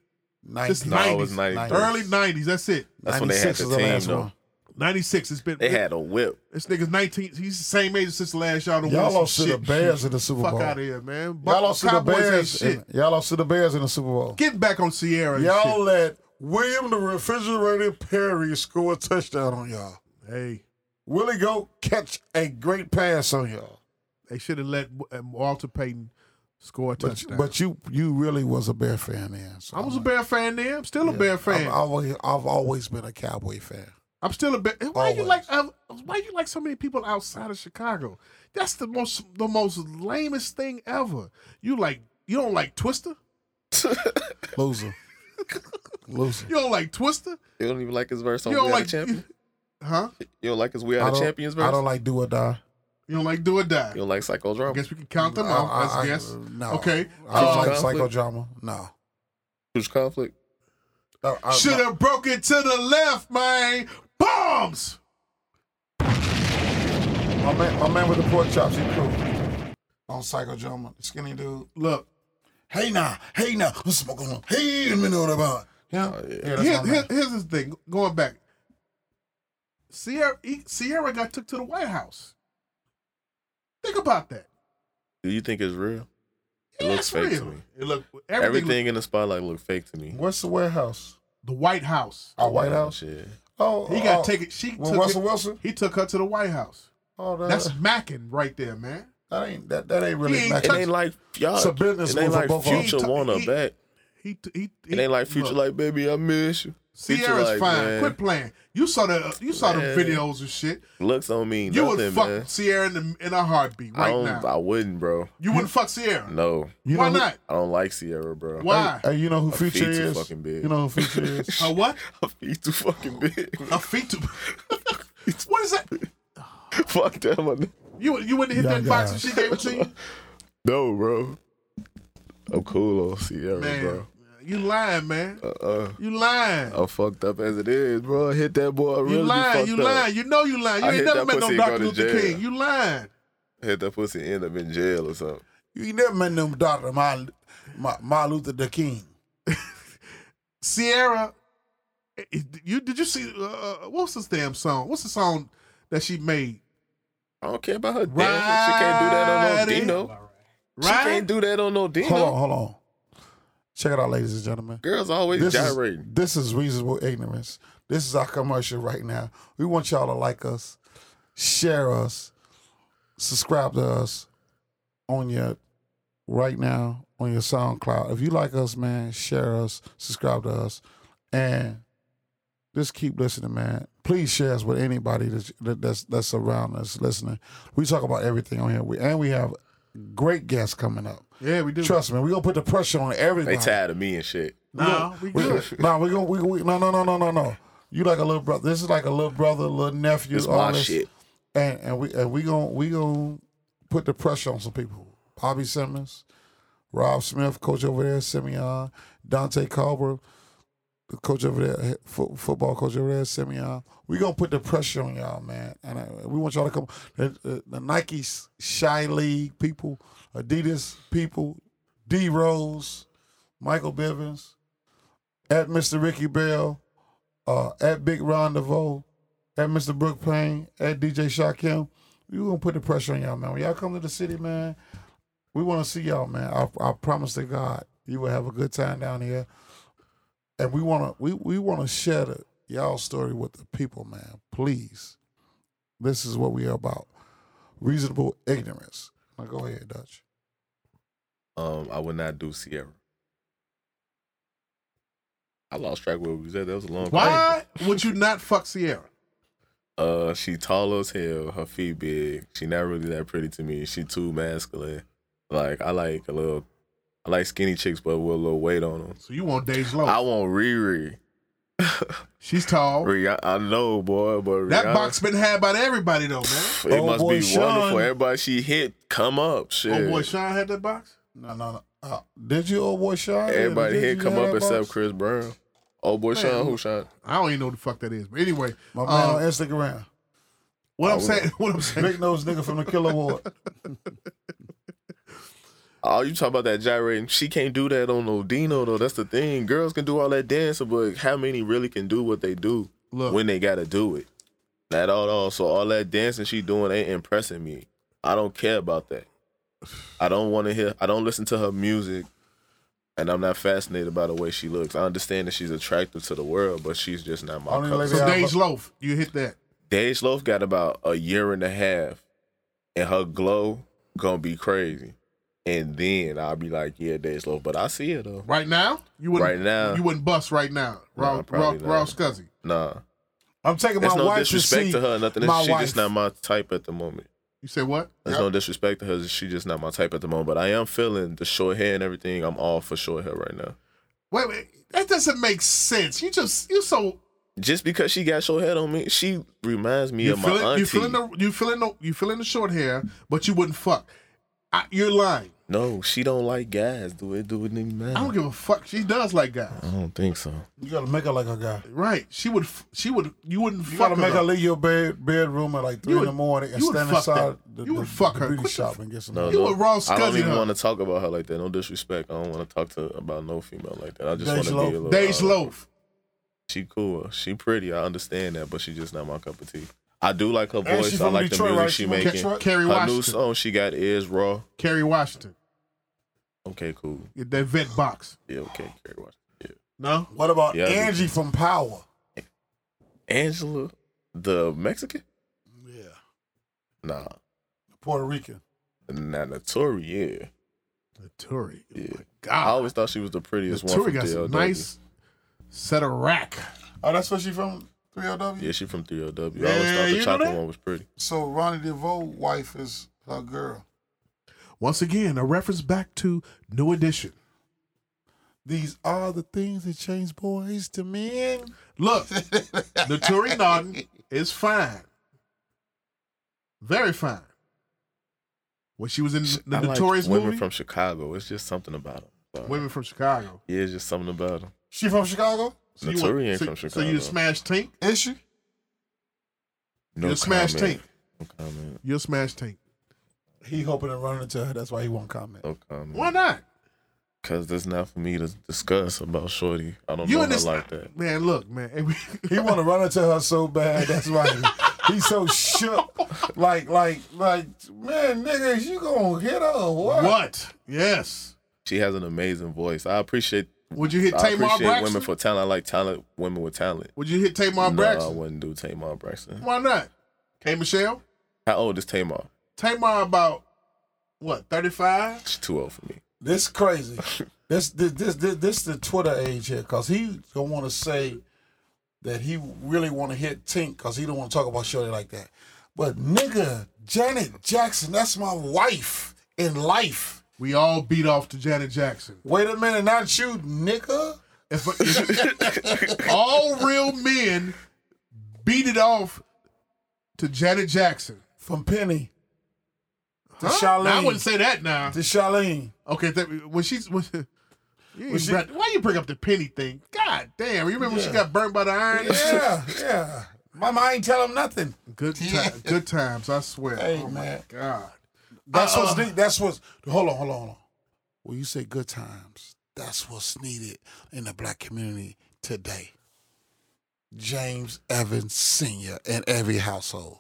A: 90.
B: Since
C: No, it was
B: 90s.
C: 93.
B: Early 90s, that's it.
C: That's when they had
A: 96
C: the
A: is the
C: team,
A: last
C: though.
A: one.
B: 96, it's been.
C: They had a whip.
B: This nigga's 19. He's the same age since the last y'all done won
A: Y'all
B: some
A: lost to the
B: shit.
A: Bears in the Super
B: Fuck
A: Bowl.
B: out of here, man. But
A: Y'all lost to the
B: Cowboys ain't
A: Bears.
B: shit.
A: in- y'all lost to the Bears in the Super Bowl.
B: Get back on Sierra. and shit.
A: Y'all let William the Refrigerator Perry score a touchdown on y'all.
B: Hey.
A: Willie go catch a great pass on y'all.
B: They should have let um, Walter Payton score a
A: But,
B: touchdown.
A: but you you really was a Bear fan then. So
B: I was a
A: I'm
B: Bear fan then. I'm still a Bear fan.
A: I've
B: I'm,
A: always, I've always been a Cowboy fan.
B: still a Bear. and Why you
A: Always.
B: like? Um, why you like so many people outside of Chicago? That's the most the most lamest thing ever. You like you don't like Twister. [laughs]
A: Loser. Loser.
B: You don't like Twister.
C: You don't even like his verse on
B: You
C: We Are
B: don't
C: the
B: like
C: Champions.
B: huh?
C: You don't like his We
A: I
C: Are the
A: don't-
C: Champions verse.
A: I don't like do or die.
B: You don't like Do or Die.
C: you don't like
B: I
C: Psychodrama.
B: guess we can count them
A: I-
B: out.
A: I-
B: That's
A: I-
B: guess.
A: No.
B: Okay.
A: I don't
B: Uh,
A: like
C: Conflict.
A: psychodrama. No. Uh,
C: Huge conflict.
A: No, I-
B: Should have broken to the left, man. Bombs.
A: My, my man, my man with the pork chops, he cool. On psychodrama, skinny dude.
B: Look,
A: Hey now, hey now, I'm smoking on. Hey, in the middle of the bar. Yeah,
B: Oh,
A: yeah. that's
B: Here,
A: my
B: here-
A: man.
B: here's the thing. Going back, Sierra he- Sierra got took to the White House. Think about that.
C: Do you think it's real? It
B: Yeah,
C: looks
B: it's
C: fake to
B: real.
C: me.
B: It look everything.
C: Everything, in the spotlight looked fake to me.
A: What's the warehouse?
B: the White House.
A: Our White
C: Oh,
A: House.
C: Shit.
A: Oh,
B: He got
A: oh,
B: taken. She
A: When
B: took.
A: Russell
B: it-
A: Wilson.
B: he took her to the White House.
A: Oh, that,
B: That's macking right there, man.
A: that ain't that, that ain't really.
B: He ain't
A: Mac-
C: It ain't like y'all.
A: It's a business
C: it ain't
A: move for
C: like
A: both of us.
C: Future
B: He-
C: want her
B: he-
C: back.
B: He, t- he, he
C: It ain't like Future
B: look,
C: like baby I miss you. Future
B: Sierra's
C: like,
B: fine.
C: man,
B: Quit playing. You saw the you saw the
C: Man.
B: videos and shit.
C: Looks don't mean
B: You
C: nothing,
B: would fuck
C: man.
B: Sierra in, the, in a heartbeat
C: I
B: right
C: don't.
B: now.
C: I wouldn't, bro.
B: you wouldn't fuck Sierra.
C: No,
A: you
B: Why
A: know who-
B: not?
C: I don't like Sierra, bro. [laughs]
B: Why?
A: Hey, you know who
C: Her
A: Future
C: feet too
A: is?
C: fucking big.
A: You know who Future [laughs] is?
B: Her what?
C: Her feet
B: [laughs]
C: too fucking big.
B: A feet too. [laughs] what is that?
C: Fuck that one.
B: You you wouldn't hit
A: Young
B: that box
A: guy.
B: if she gave it to you,
C: No, [laughs] bro. I'm cool on Sierra,
B: man.
C: bro.
B: You You lying, man.
C: Uh, uh,
B: You lying.
C: I'm fucked up as it is, bro. I hit that boy. I Really
B: you
C: be
B: lying. You
C: fucked up.
B: lying. You know you lying. You
C: I
B: ain't
C: hit
B: never
C: that
B: met no
C: pussy and go
B: Dr.
C: to
B: Luther
C: jail.
B: King. You lying.
C: Hit that pussy. End up in jail or something.
A: You ain't never met them doctor, my, my, my Luther the King.
B: Sierra, eh, eh, you did you see uh, what's this damn song? What's the song that she made?
C: I don't care about her dancing. She can't do that on no
B: Riding.
C: Dino. She
B: Right?
C: can't do that on no Dino.
A: Hold on, hold on. Check it out, ladies and gentlemen.
C: Girls always
A: This is,
C: gyrating.
A: this is reasonable ignorance. This is our commercial right now. We want y'all to like us, share us, subscribe to us on your right now on your SoundCloud. If you like us, man, share us, subscribe to us, and just keep listening, man. Please share us with anybody that's that- that's, that's around us listening. We talk about everything on here, we, and we have great guests coming up.
B: Yeah, we do.
A: Trust me, we gonna put the pressure on
C: They
A: everybody.
C: tired of me and shit.
B: No, we
A: We,
C: [laughs]
A: [laughs]
B: good.
A: nah, we gonna we, we no no no no no no. You like a little brother. This is like a little brother, little nephew.
C: It's
A: all
C: my
A: this.
C: shit.
A: And and we and we going we going put the pressure on some people. Bobby Simmons, Rob Smith, coach over there, Simeon, Dante Culver, the coach over there, fo- football coach over there, Simeon. We gonna put the pressure on y'all, man. And I, we want y'all to come. The, the, the Nike Shy League people, Adidas people, D Rose, Michael Bivins, at Mr. Ricky Bell, uh, at Big Rendezvous, at Mr. Brooke Payne, at DJ Shaquem. We gonna put the pressure on y'all, man. When y'all come to the city, man, we want to see y'all, man. I, I promise to God, you will have a good time down here, and we wanna we we wanna share the y'all story with the people, man. Please, this is what we are about: reasonable ignorance. Now go ahead, Dutch.
C: Um, I would not do Sierra. I lost track of where we was at. That was a long time.
B: Why would you not fuck Sierra?
C: Uh, she tall as hell. Her feet big. She not really that pretty to me. She too masculine. Like I like a little, I like skinny chicks, but with a little weight on them.
B: So you want Dave
A: Oh.
B: Low.
C: I want Riri.
B: She's tall.
C: Rihanna, I know, boy, but
B: that
C: Rihanna,
B: box been had by everybody though, man.
C: it
A: Oh,
C: must
A: boy,
C: be
A: Sean.
C: wonderful. Everybody she hit, come up, shit.
B: Oh boy, Sean had that box.
A: No, no, no. Uh, did you, old boy, Sean?
C: Everybody
A: Did
C: hit,
A: you
C: come
A: have
C: up
A: that
C: except
A: box?
C: Chris Brown. Oh boy,
B: Man,
C: Sean, who
B: look.
C: Sean?
B: I don't even know what the fuck that is. But anyway,
A: My man
B: um,
A: on Instagram,
B: what
C: I
B: I'm
C: would-
B: saying, [laughs] what I'm saying,
A: big nose nigga from the Killer Ward.
C: Oh, you talking about that gyrating? She can't do that on no Dino though. That's the thing. Girls can do all that dancing, but how many really can do what they do
B: Look.
C: when they gotta do it? Not at all. So all that dancing she doing ain't impressing me. I don't care about that. I don't want to hear. I don't listen to her music, and I'm not fascinated by the way she looks. I understand that she's attractive to the world, but she's just not my.
A: Only
C: cup of
A: lady
B: so
A: Yeah,
B: Dave
A: but-
B: Loaf, you hit that.
C: Dej Loaf got about a year and a half, and her glow gonna be crazy. And then I'll be like, yeah, Dej Loaf, but I see it though.
B: Right now, you wouldn't.
C: Right now.
B: you wouldn't bust right now. Raw,
C: Nah,
B: raw,
C: probably not.
B: raw scuzzy.
C: Nah,
A: I'm taking
C: there's
A: my
C: no
A: wife to
C: disrespect
A: see
C: to, her, or nothing.
A: my
C: She's
A: wife.
C: just not my type at the moment.
B: You said what?
C: There's no disrespect to her. She's just not my type at the moment. But I am feeling the short hair and everything. I'm all for short hair right now.
B: Wait, wait, that doesn't make sense. You just you so
C: Just because she got short hair on me, she reminds me
B: you
C: of my
B: feeling
C: auntie.
B: you feeling the you feeling the you feeling the short hair, but you wouldn't fuck. I, you're lying.
C: no, she don't like guys. Do it, do it, nigga, man.
B: I don't give a fuck. She does like guys,
C: I don't think so.
A: You gotta make her like a guy.
B: right? She would. f- She would. You wouldn't
A: You
B: fuck
A: gotta make her
B: her.
A: leave your bed bedroom at like three in
B: would-
A: the morning and
B: you would
A: stand
B: fuck
A: inside
B: that.
A: the,
B: You
A: the,
B: would fuck her.
A: the beauty
B: Quit the
A: shop and get some.
C: No,
B: You
C: no.
B: a raw
C: I don't
B: scuzzy,
C: even
B: huh?
C: want to talk about her like that. No disrespect. I don't want to talk to about no female like that. I just
A: Dej
C: want to be a
A: Loaf.
C: little.
B: Dej
C: uh,
B: Loaf.
C: She cool. She pretty. I understand that, but she just not my cup of tea. I do like her
A: And she
C: voice. I
A: from
C: like
A: Detroit,
C: the music
A: right?
C: she
A: She from
C: making.
A: Detroit?
B: Kerry
C: Her new
B: Washington.
C: song she got is raw.
B: Kerry Washington.
C: Okay, cool.
B: Get that vet box.
C: Yeah, okay, Kerry Washington. Yeah.
B: No.
A: What about
C: Yeah, I do.
A: Angie from Power?
C: Angela, the Mexican?
A: Yeah,
C: Nah,
A: Puerto Rican.
C: not Notori. Yeah.
B: Laturi. Oh
C: Yeah.
B: my
C: I
B: God.
C: always thought she was the prettiest one.
B: Laturi
C: from
B: got some
C: DLW.
B: nice set of rack.
A: Oh, that's where she from. oh 3LW.
C: Yeah, she from 3LW. I
B: Yeah, you know
C: always thought the
B: that?
C: chocolate one was pretty.
A: So Ronnie DeVoe wife is her girl.
B: Once again, a reference back to New Edition.
A: These are the things that change boys to men.
B: Look,
C: [laughs]
B: Laturi Norton is fine. Very fine. When she was in the
C: I like
B: Notorious
C: women
B: movie,
C: from Chicago. It's just something about them.
B: Women from Chicago.
C: Yeah, it's just something about him.
A: She from Chicago?
B: you
C: Notori
B: went-
C: ain't
B: so,
C: from
B: So you
C: Chicago.
B: smash Tink?
A: Is she?
C: No
B: you smash Tink.
C: comment. No comment.
B: You'll smash Tink.
A: He hoping to run into her. That's why he won't comment.
C: No comment.
B: Why not?
C: Because that's not for me to discuss about Shorty. I don't
B: You
C: know
B: in
C: her
B: this
C: like that.
B: Man, look, man. [laughs] Hey, we-
A: He want to run into her so bad. That's why he, he's so shook. Like, like, like, man, nigga, you gonna hit her? or What?
B: what? Yes.
C: She has an amazing voice. I appreciate.
B: Would you hit
C: I
B: Tamar
C: appreciate
B: Braxton?
C: women for talent. I like talent women with talent.
B: Would you hit Tamar
C: no, I
B: Braxton?
C: wouldn't do Tamar Braxton.
B: Why not? K Michelle?
C: How old is Tamar?
B: Tamar about what, 35?
C: She's too old for me.
A: This crazy. This, this, this, this, this the Twitter age here, cause he don't want to say that he really want to hit Tink, cause he don't want to talk about Shorty like that. But nigga, Janet Jackson, that's my wife in life.
B: We all beat off to Janet Jackson.
A: Wait a minute, not you, nigga.
B: If, if-
C: [laughs]
B: all real men beat it off to Janet Jackson.
A: From Penny to
B: Huh?
A: Charlene.
B: Now, I wouldn't say that now.
A: to Charlene.
B: Okay, that, when she's when, you ain't
A: she-
B: brought- why you bring up the penny thing? God damn! You remember when she
C: Yeah.
B: got burnt by the iron?
A: Yeah, yeah. Mama, I ain't tell him nothing.
B: Good time, good times. I swear.
A: Hey,
B: oh
A: man.
B: my God.
A: That's what's needed. That's what's. Hold on, hold on, hold on. When you say good times, that's what's needed in the black community today. James Evans Sr. in every household.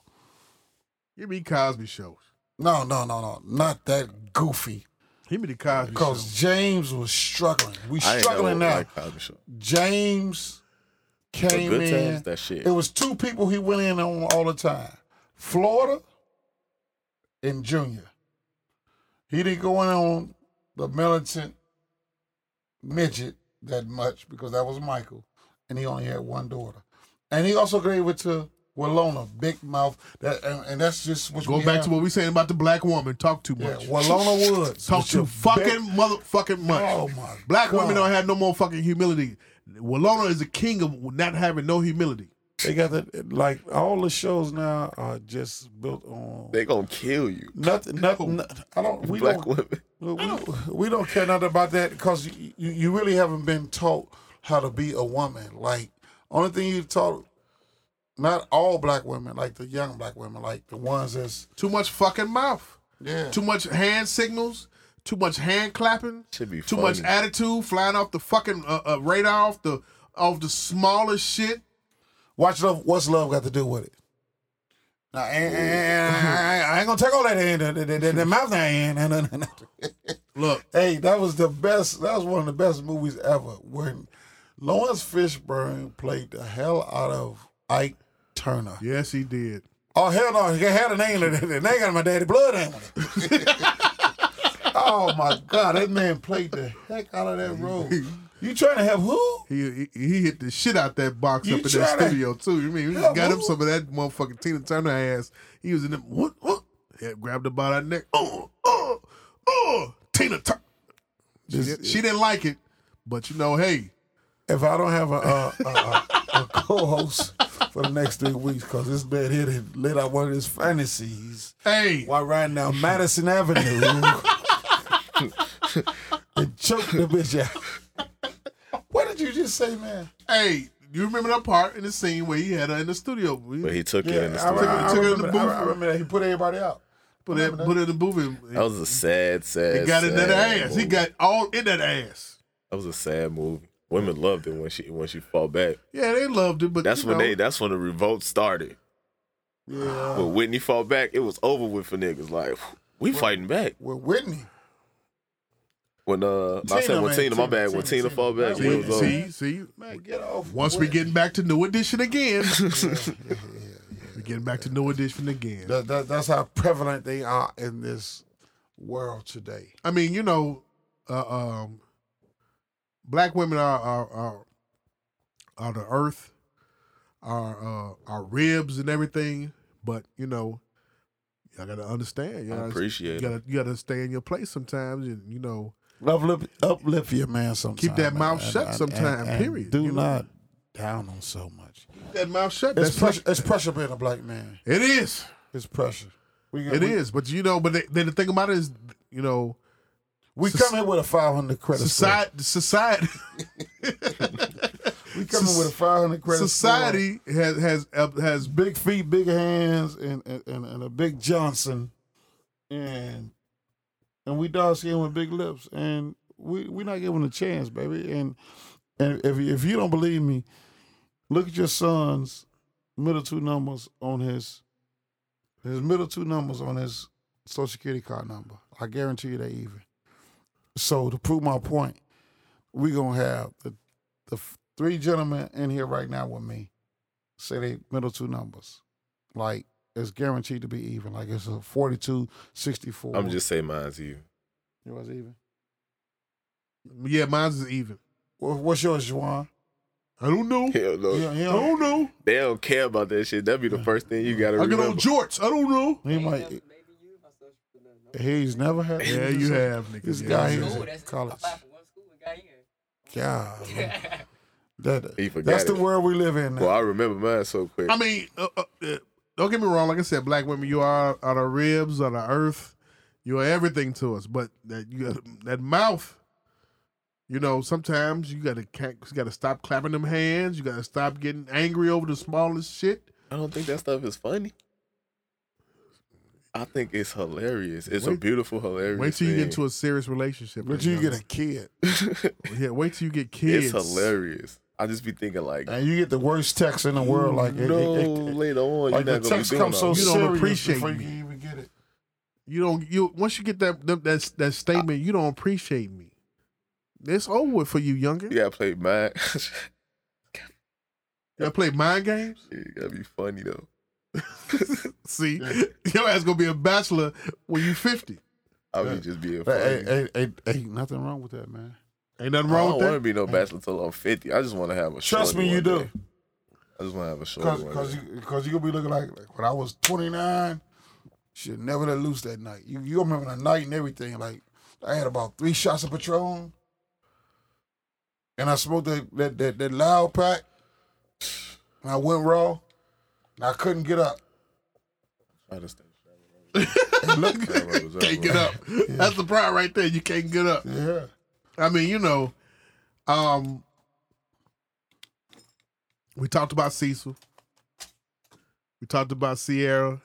B: Give me Cosby shows.
A: No, no, no, no. Not that goofy.
B: Give me the Cosby show.
A: Because James was struggling. We
C: I ain't
A: struggling
C: never
A: now.
C: liked Cosby Show.
A: James
C: The
A: came
C: good
A: in.
C: times, that shit.
A: It was two people he went in on all the time Florida and Junior. He didn't go in on the militant midget that much because that was Michael, and he only had one daughter. And he also gave it to Walona, Big Mouth. That and, and that's just what
B: Go
A: we
B: back
A: have.
B: to what we saying about the black woman. Talk too
A: yeah,
B: much.
A: Walona Woods.
B: [laughs] Talk
A: with your
B: too fucking
A: big-
B: motherfucking much.
A: Oh my
B: Black
A: God.
B: women don't have no more fucking humility. Walona is the king of not having no humility.
A: They got the like all the shows now are just built on
C: They gonna kill you,
A: nothing. Nothing. I don't. We
C: black
A: don't,
C: women.
A: Well, We, we don't care nothing about that because you, you, you really haven't been taught how to be a woman. Like, only thing you've taught, not all black women, like the young black women, like the ones that's,
B: Too much fucking mouth.
A: yeah.
B: Too much hand signals. Too much hand clapping.
C: Should be
B: Too
C: funny.
B: much attitude flying off the fucking uh, uh, radar off the off the smallest shit.
A: Watch love. What's love got to do with it? Now, and, and I, I ain't gonna take all that in the, the, the, the mouth. And, and, and, and.
B: Look,
A: Hey, that was the best. That was one of the best movies ever. When Lawrence Fishburne played the hell out of Ike Turner.
B: yes, he did.
A: Oh hell no! He had a name. The the name got my daddy blood in it.
B: [laughs]
A: oh my god! That man played the heck out of that role. You trying to help who?
B: He, he he hit the shit out that box
A: You
B: up in that
A: tryna-
B: studio too. You mean he
A: Yeah,
B: got him
A: boo.
B: some of that motherfucking Tina Turner ass? He was in them. What? What? Yeah, grabbed her by that neck. Oh, oh, oh! Tina Turner. She,
A: This-
B: did- she didn't like it, but you know, hey,
A: If I don't have a, uh, a, a, a co-host for the next three weeks, cause this man here done lit out one of his fantasies.
B: hey,
A: Why right now Madison
B: [laughs]
A: Avenue and choke the bitch out. What did you just say, man?
B: hey. You remember that part in the scene where he had her in the studio? We
C: But he took it in the
A: I,
C: story.
A: I, I
B: Took it in the
A: remember, that. I
B: booth.
A: remember that he put everybody out.
B: put it put it in the movie. and-
C: that was a sad, sad.
B: He got in that
C: sad
B: ass. He
C: movie.
B: got all in that ass.
C: That was a sad movie. Women loved it when she when she fought back.
B: Yeah, they loved it, but
C: That's
B: you
C: when
B: know,
C: they. That's when the revolt started.
A: Yeah.
C: When Whitney fought back, it was over with for niggas. Like we fighting back.
A: with Whitney.
C: When uh, I
A: Tina,
C: said when
A: man,
C: Tina, my
A: Tina,
C: bad. when
A: Tina,
C: Tina,
A: Tina.
C: fought back,
A: That
C: it
A: Whitney,
C: was over.
B: see, see,
A: Man, get off.
B: Once we
A: Whitney.
B: getting back to New Edition [laughs] again, we getting back to New Edition again.
A: That, that, that's how prevalent they are in this world today.
B: I mean, you know, uh, um, black women are are are, are the earth, are uh, our ribs and everything. But you know, y'all gotta understand.
C: I
B: Y'all
C: appreciate
B: you
C: it.
B: gotta you gotta stay in your place sometimes, and you know,
A: Uplift, uplift your man sometimes.
B: Keep that mouth shut sometime,
A: and
B: period,
A: Do
B: you know?
A: not down on so much.
B: that mouth shut.
A: It's
B: That's
A: pressure, it's pressure being a black man.
B: it is.
A: It's pressure. We,
B: It is, but you know, but they, then the thing about it is, you know,
A: We
B: Soci-
A: come in with a 500 credit score.
B: Society, society,
A: We come in with a 500 credit score.
B: society has has uh, has been
A: Big feet, big hands, and and, and, and a big Johnson, and and we dark skin with big lips, and we we not giving a chance, baby. And and if you- if you don't believe me, look at your son's middle two numbers on his his middle two numbers on his social security card number. I guarantee you they even. So to prove my point, we gonna have the the f- three gentlemen in here right now with me say they middle two numbers. Like it's guaranteed to be even. Like it's a 42 64.
C: I'm just saying mine's even.
A: It was even.
B: yeah, mine's is even.
A: Wha- What's yours, Juwan?
B: I don't know.
C: [laughs] Hell no.
A: Yeah,
B: I
A: yeah.
B: don't know.
C: They don't care about that shit. That'd be the first thing you gotta
B: I get
C: remember.
B: on jorts. I don't know.
A: He might. He's never had.
B: Yeah, you have, nigga.
A: This
B: Yeah,
A: guy
B: you
A: is-
B: have.
A: College.
D: College.
A: God, that,
C: He forgot
A: that's the
C: it.
A: world we live in. Now.
C: Well, I remember mine so quick.
B: I mean, uh, uh, uh, don't get me wrong. Like I said, black women, you are are the ribs, are the earth. You are everything to us. But that you got that mouth. You know, sometimes you gotta ca- you gotta stop clapping them hands. You gotta stop getting angry over the smallest shit.
C: I don't think that stuff is funny. I think it's hilarious. It's a
B: Wait-
C: beautiful, hilarious.
B: Wait till you get
C: thing.
B: into a serious relationship.
A: But you get a kid,
B: yeah. Wait till you get kids.
C: it's hilarious. I just be thinking like,
A: and you get the worst text in the world. Like it, it-
C: no,
A: it- it-
C: later on,
A: like the
C: you're not gonna be
A: text
C: doing
A: comes so
C: all
B: You
C: that.
B: don't
A: serious
B: appreciate
A: before
B: me.
A: you even get it.
B: You don't. You once you get that that that, that statement, you don't appreciate me. It's over for you, younger.
C: You gotta play [laughs] mine.
B: You gotta play mind games. [laughs]
C: you gotta be funny though.
B: See, your ass gonna be a bachelor when you fifty.
C: I'll be just being funny.
A: Hey, hey, hey, hey, hey, nothing wrong with that, man.
B: Ain't nothing
C: I
B: wrong
C: don't
B: with
C: want to
B: that.
C: be no bachelor until I'm 50. I just want to have a
A: Mm. Trust
C: shorty
A: me, you
C: one
A: do.
C: day. I just want to have a short
A: Cause,
C: one.
A: cause,
C: day.
A: you, cause you gonna be looking like, like when I was 29, should never let loose that night. You you remember the night and everything. Like I had about three shots of Patron, and I smoked that that that, that loud pack, and I went raw, and I couldn't get up.
C: I understand.
A: And [laughs] look, [laughs]
B: Can't get up. That's the pride right there. You can't get up.
A: yeah,
B: I mean, you know, um, we talked about Cecil. We talked about Sierra.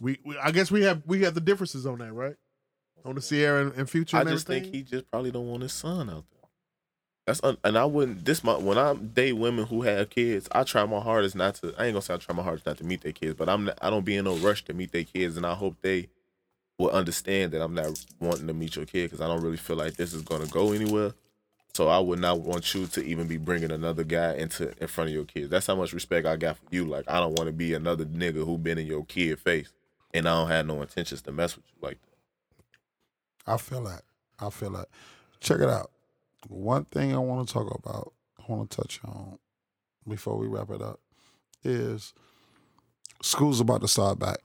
B: We, we I guess we have we have the differences on that, right? On the Sierra and, and future.
C: I
B: and
C: just think
B: everything?
C: he just probably don't want his son out there. That's un- and I wouldn't. This my when I date women who have kids, I try my hardest not to. I ain't gonna say I try my hardest not to meet their kids, but I'm not, I don't be in no rush to meet their kids, and I hope they will understand that I'm not wanting to meet your kid because I don't really feel like this is gonna go anywhere. So I would not want you to even be bringing another guy into in front of your kids. That's how much respect I got for you. Like I don't want to be another nigga who been in your kid face, and I don't have no intentions to mess with you like that.
A: I feel that. I feel that. Check it out. One thing I want to talk about, I want to touch on before we wrap it up, is school's about to start back.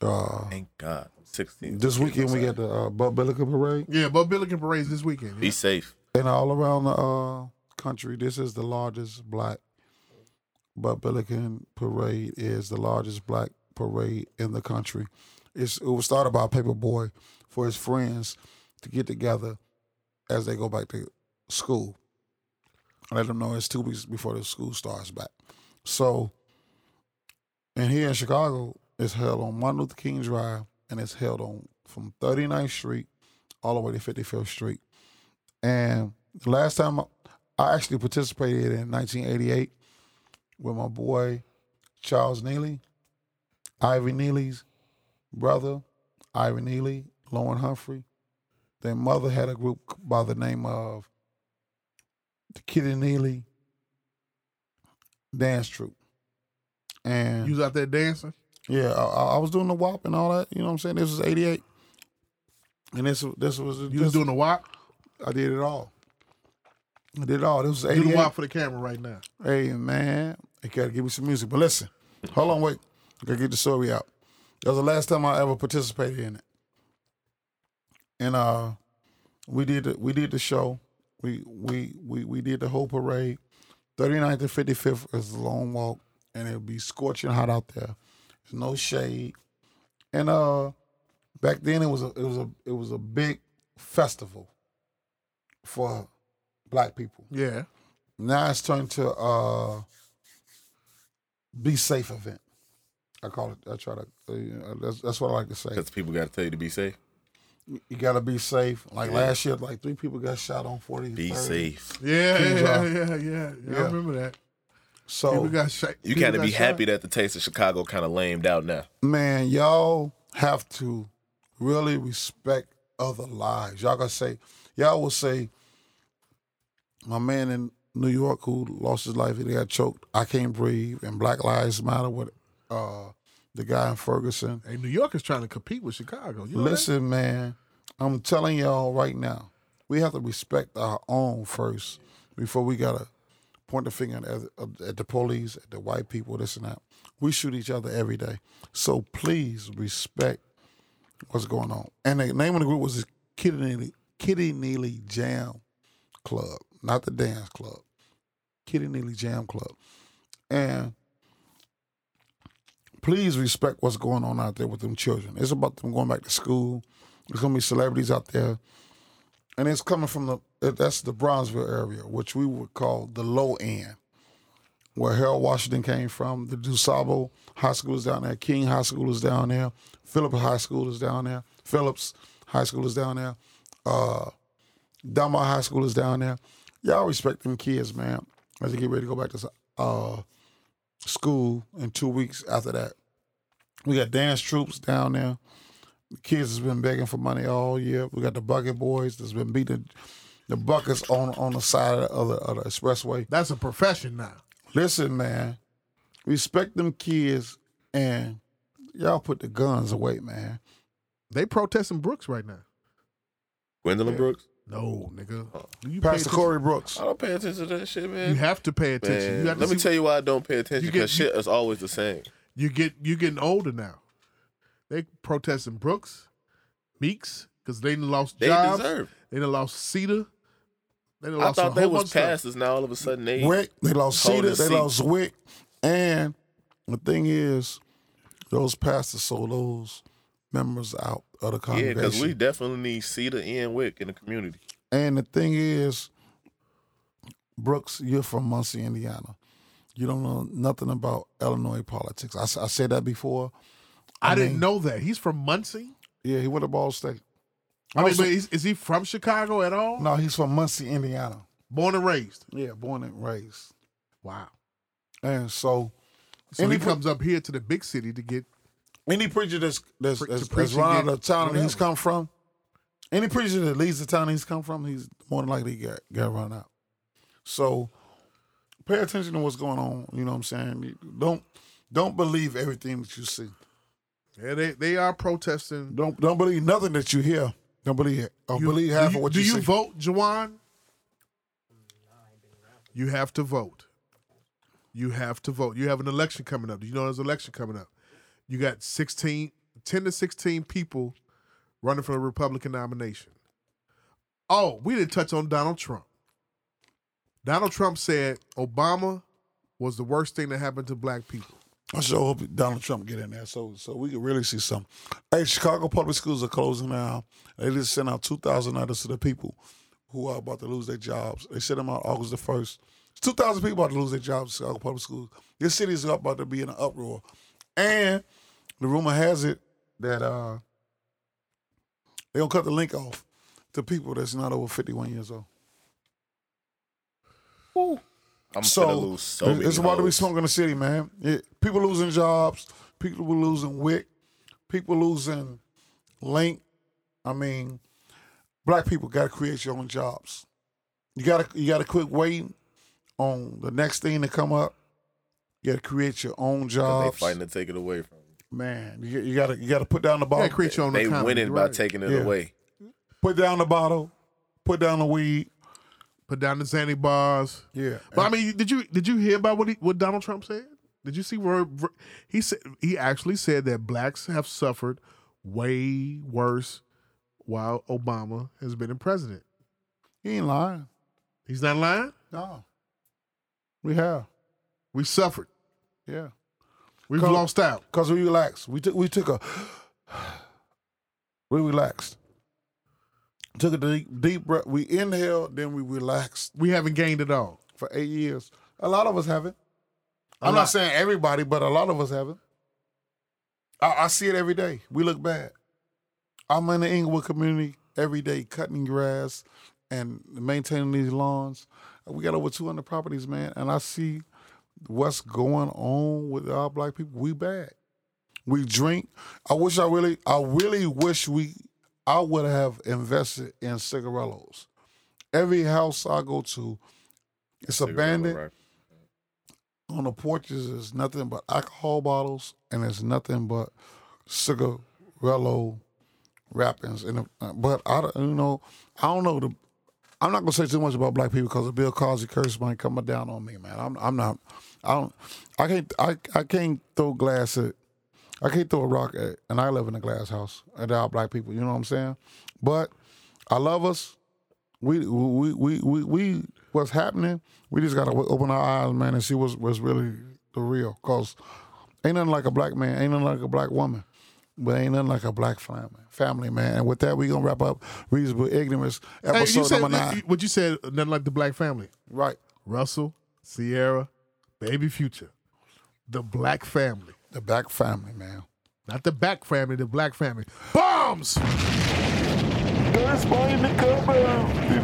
A: Uh,
C: Thank God, I'm 16.
A: This weekend we got
C: Outside.
A: the uh, Bud Billica parade,
B: Yeah, but Billiken parades this weekend.
C: Be safe.
A: and all around the uh, country, this is the largest black Bud Billiken parade. Is the largest black parade in the country. It's, it was started by Paperboy for his friends to get together as they go back to school. I let them know it's two weeks before the school starts back. So, and here in Chicago, it's held on Martin Luther King Drive and it's held on from 39th Street all the way to 55th Street. And the last time I- I actually participated in 1988 with my boy Charles Neely, Ivy Neely's brother, Ivy Neely, Lauren Humphrey. Their mother had a group by the name of the Kitty Neely Dance Troupe. And
B: You was out there dancing.
A: yeah, I- I, I was doing the WAP and all that. You know what I'm saying? This was '88, and this this was
B: You was
A: this-
B: doing the walk.
A: I did it all. I did it all. This was
B: Do the
A: '88.
B: walk for the camera right now.
A: Hey man, you gotta give me some music. But listen, hold on, wait. I gotta get the story out. That was the last time I ever participated in it. And uh, we did the, we did the show. We we we we did the whole parade. 39th to 55th is the long walk, and it'll be scorching hot out there. There's no shade. And uh, back then it was a it was a it was a big festival for black people.
B: Yeah.
A: Now it's turned to uh be safe event. I call it. I try to. Uh, that's, that's what I like to say.
C: Because people got to tell you to be safe.
A: You gotta be safe. Like
C: Yeah.
A: last year, like three people got shot on forty.
C: Be safe.
B: Yeah,
A: King
B: yeah, yeah,
A: John.
B: yeah, yeah, I
A: Yeah.
B: remember that.
A: So
B: People got shot.
C: You
B: people
C: gotta
B: got
C: be
B: shot.
C: happy that the taste of Chicago kind of lamed out now.
A: man, y'all have to really respect other lives. Y'all gotta say, y'all will say, my man in New York who lost his life, he got choked. I can't breathe, and Black Lives Matter with uh, the guy in Ferguson.
B: Hey, New York is trying to compete with Chicago. You know
A: Listen, man, I'm telling y'all right now, we have to respect our own first before we gotta point the finger at, the- at the police, at the white people, this and that. We shoot each other every day, so please respect what's going on. And the name of the group was the Kitty Neely, Kitty Neely Jam Club, not the dance club. Kitty Neely Jam Club, and please respect what's going on out there with them children. It's about them going back to school. There's gonna be celebrities out there, and it's coming from the uh, that's the Bronzeville area, which we would call the low end, where Harold Washington came from. The DuSable High School is down there. King High School is down there. Phillips High School is down there. Phillips High School is down there. Uh, Dunbar High School is down there. Y'all respect them kids, man. As they get ready to go back to uh, school in two weeks after that. We got dance troops down there. The kids has been begging for money all year. We got the bucket boys that's been beating the buckets on on the side of the, of the, of the expressway.
B: That's a profession now.
A: Listen, man, respect them kids and y'all put the guns away, man.
B: They protesting Brooks right now.
C: Gwendolyn Brooks.
B: No, nigga. You, pay
A: Pastor
B: atten-
A: Corey Brooks.
C: I don't pay attention to that shit,
B: you
C: man.
B: have to pay attention.
C: Man,
B: you have to
C: let me
B: see-
C: tell you why I don't pay attention.
B: You get-
C: Because shit is always the same.
B: you get you getting older now. They protesting Brooks, Meeks, because they done lost
C: They
B: jobs.
C: deserve.
B: They done lost Cedar. They done
C: I
B: lost a
C: thought they
B: whole
C: was
B: bunch of stuff.
C: pastors. Now all of a sudden they
A: Wick, they lost
C: Hold
A: Cedar,
C: the
A: they
C: seat.
A: lost Wick. And the thing is, those pastors sold those members out of the
C: yeah,
A: congregation.
C: because we definitely need Cedar and Wick in the community.
A: And the thing is, Brooks, you're from Muncie, Indiana. You don't know nothing about Illinois politics. I, s- I said that before.
B: I,
A: I
B: didn't
A: mean-
B: know that. He's from Muncie.
A: Yeah, he went to Ball State.
B: I mean,
A: Also-
B: but is, is he from Chicago at all?
A: No, he's from Muncie, Indiana.
B: Born and raised.
A: Yeah, born and raised.
B: Wow.
A: And so,
B: So
A: And
B: he
A: he-
B: comes up here to the big city to get
A: any preacher that's that's,
B: Pre- to
A: that's,
B: preach
A: that's run out of
B: against
A: the town that he's
B: whatever.
A: come from, any preacher that leaves the town he's come from, he's more than likely got got run out. So pay attention to what's going on. You know what I'm saying? You- Don't don't believe everything that you see.
B: Yeah, they, they are protesting.
A: Don't don't believe nothing that you hear. Don't believe it. Don't believe half
B: do you,
A: of what
B: do
A: you,
B: you
A: see.
B: vote, Juwan? You have to vote. You have to vote. You have an election coming up. Do you know there's an election coming up? You got 16, 10 to 16 people running for the Republican nomination. Oh, we didn't touch on Donald Trump. Donald Trump said Obama was the worst thing that happened to black people.
A: I sure hope Donald Trump get in there so so we can really see something. Hey, Chicago public schools are closing now. They just sent out two thousand letters to the people who are about to lose their jobs. They sent them out August the first. Two thousand people about to lose their jobs in Chicago public schools. This city's about to be in an uproar, and the rumor has it that uh they gonna cut the link off to people that's not over fifty one years old.
C: I'm
A: So,
C: gonna lose so
A: it's-
C: many.
A: it's about to be
C: hoes.
A: smoke in the city, man. It- people losing jobs, people were losing wick, people losing link. I mean, black people got to create your own jobs. You gotta you gotta quit waiting on the next thing to come up. You gotta create your own
C: 'Cause
A: jobs,
C: They fighting to take it away from. them. man.
A: you, you gotta you gotta put down the
B: Yeah,
A: bottle,
B: create your own
C: Oh, They
B: economy,
C: winning
B: you're
C: by
B: right.
C: taking it
A: Yeah.
C: away.
A: put down the bottle, put down the weed.
B: Put down the Xanny bars.
A: Yeah,
B: But I mean, you- did you did you hear about what he, what Donald Trump said? Did you see where where- he said he actually said that blacks have suffered way worse while Obama has been in president?
A: he ain't lying.
B: He's not lying.
A: No, we have
B: We suffered.
A: yeah.
B: We've
A: Come-
B: lost out.
A: Cause we relaxed. We took we took a we relaxed. Took a deep, deep breath. We inhaled, then we relaxed
B: We haven't gained it all.
A: for eight years. A lot of us haven't. I'm
B: lot.
A: not saying everybody, but a lot of us haven't. I, I see it every day. We look bad. I'm in the Inglewood community every day, cutting grass and maintaining these lawns. We got over 200 properties, man, and I see what's going on with our black people. We bad. We drink. I wish I really, I really wish we, I would have invested in cigarillos. Every house I go to, it's abandoned on the porches is nothing but alcohol bottles and it's nothing but cigarillo wrappings. And uh, but I don't you know I don't know the. I'm not gonna say too much about black people because the Bill Cosby curse might come down on me, man. I'm I'm not. I don't. I can't. I I can't throw glass at. I can't throw a rock at. And I live in a glass house. And there are black people. You know what I'm saying? But I love us we we we we, we what's happening. We just gotta w- open our eyes, man, and see what's what's really the real. Cause ain't nothing like a black man, ain't nothing like a black woman, but ain't nothing like a black family, family man. And with that, we gonna wrap up reasonable ignorance
B: Hey,
A: episode
B: you said,
A: number nine.
B: you- what you said, nothing like the black family.
A: right,
B: Russell, Sierra, Baby Future, the black family.
A: the black family, man.
B: Not the back family, the black family. Bombs!
D: That's why in the cover.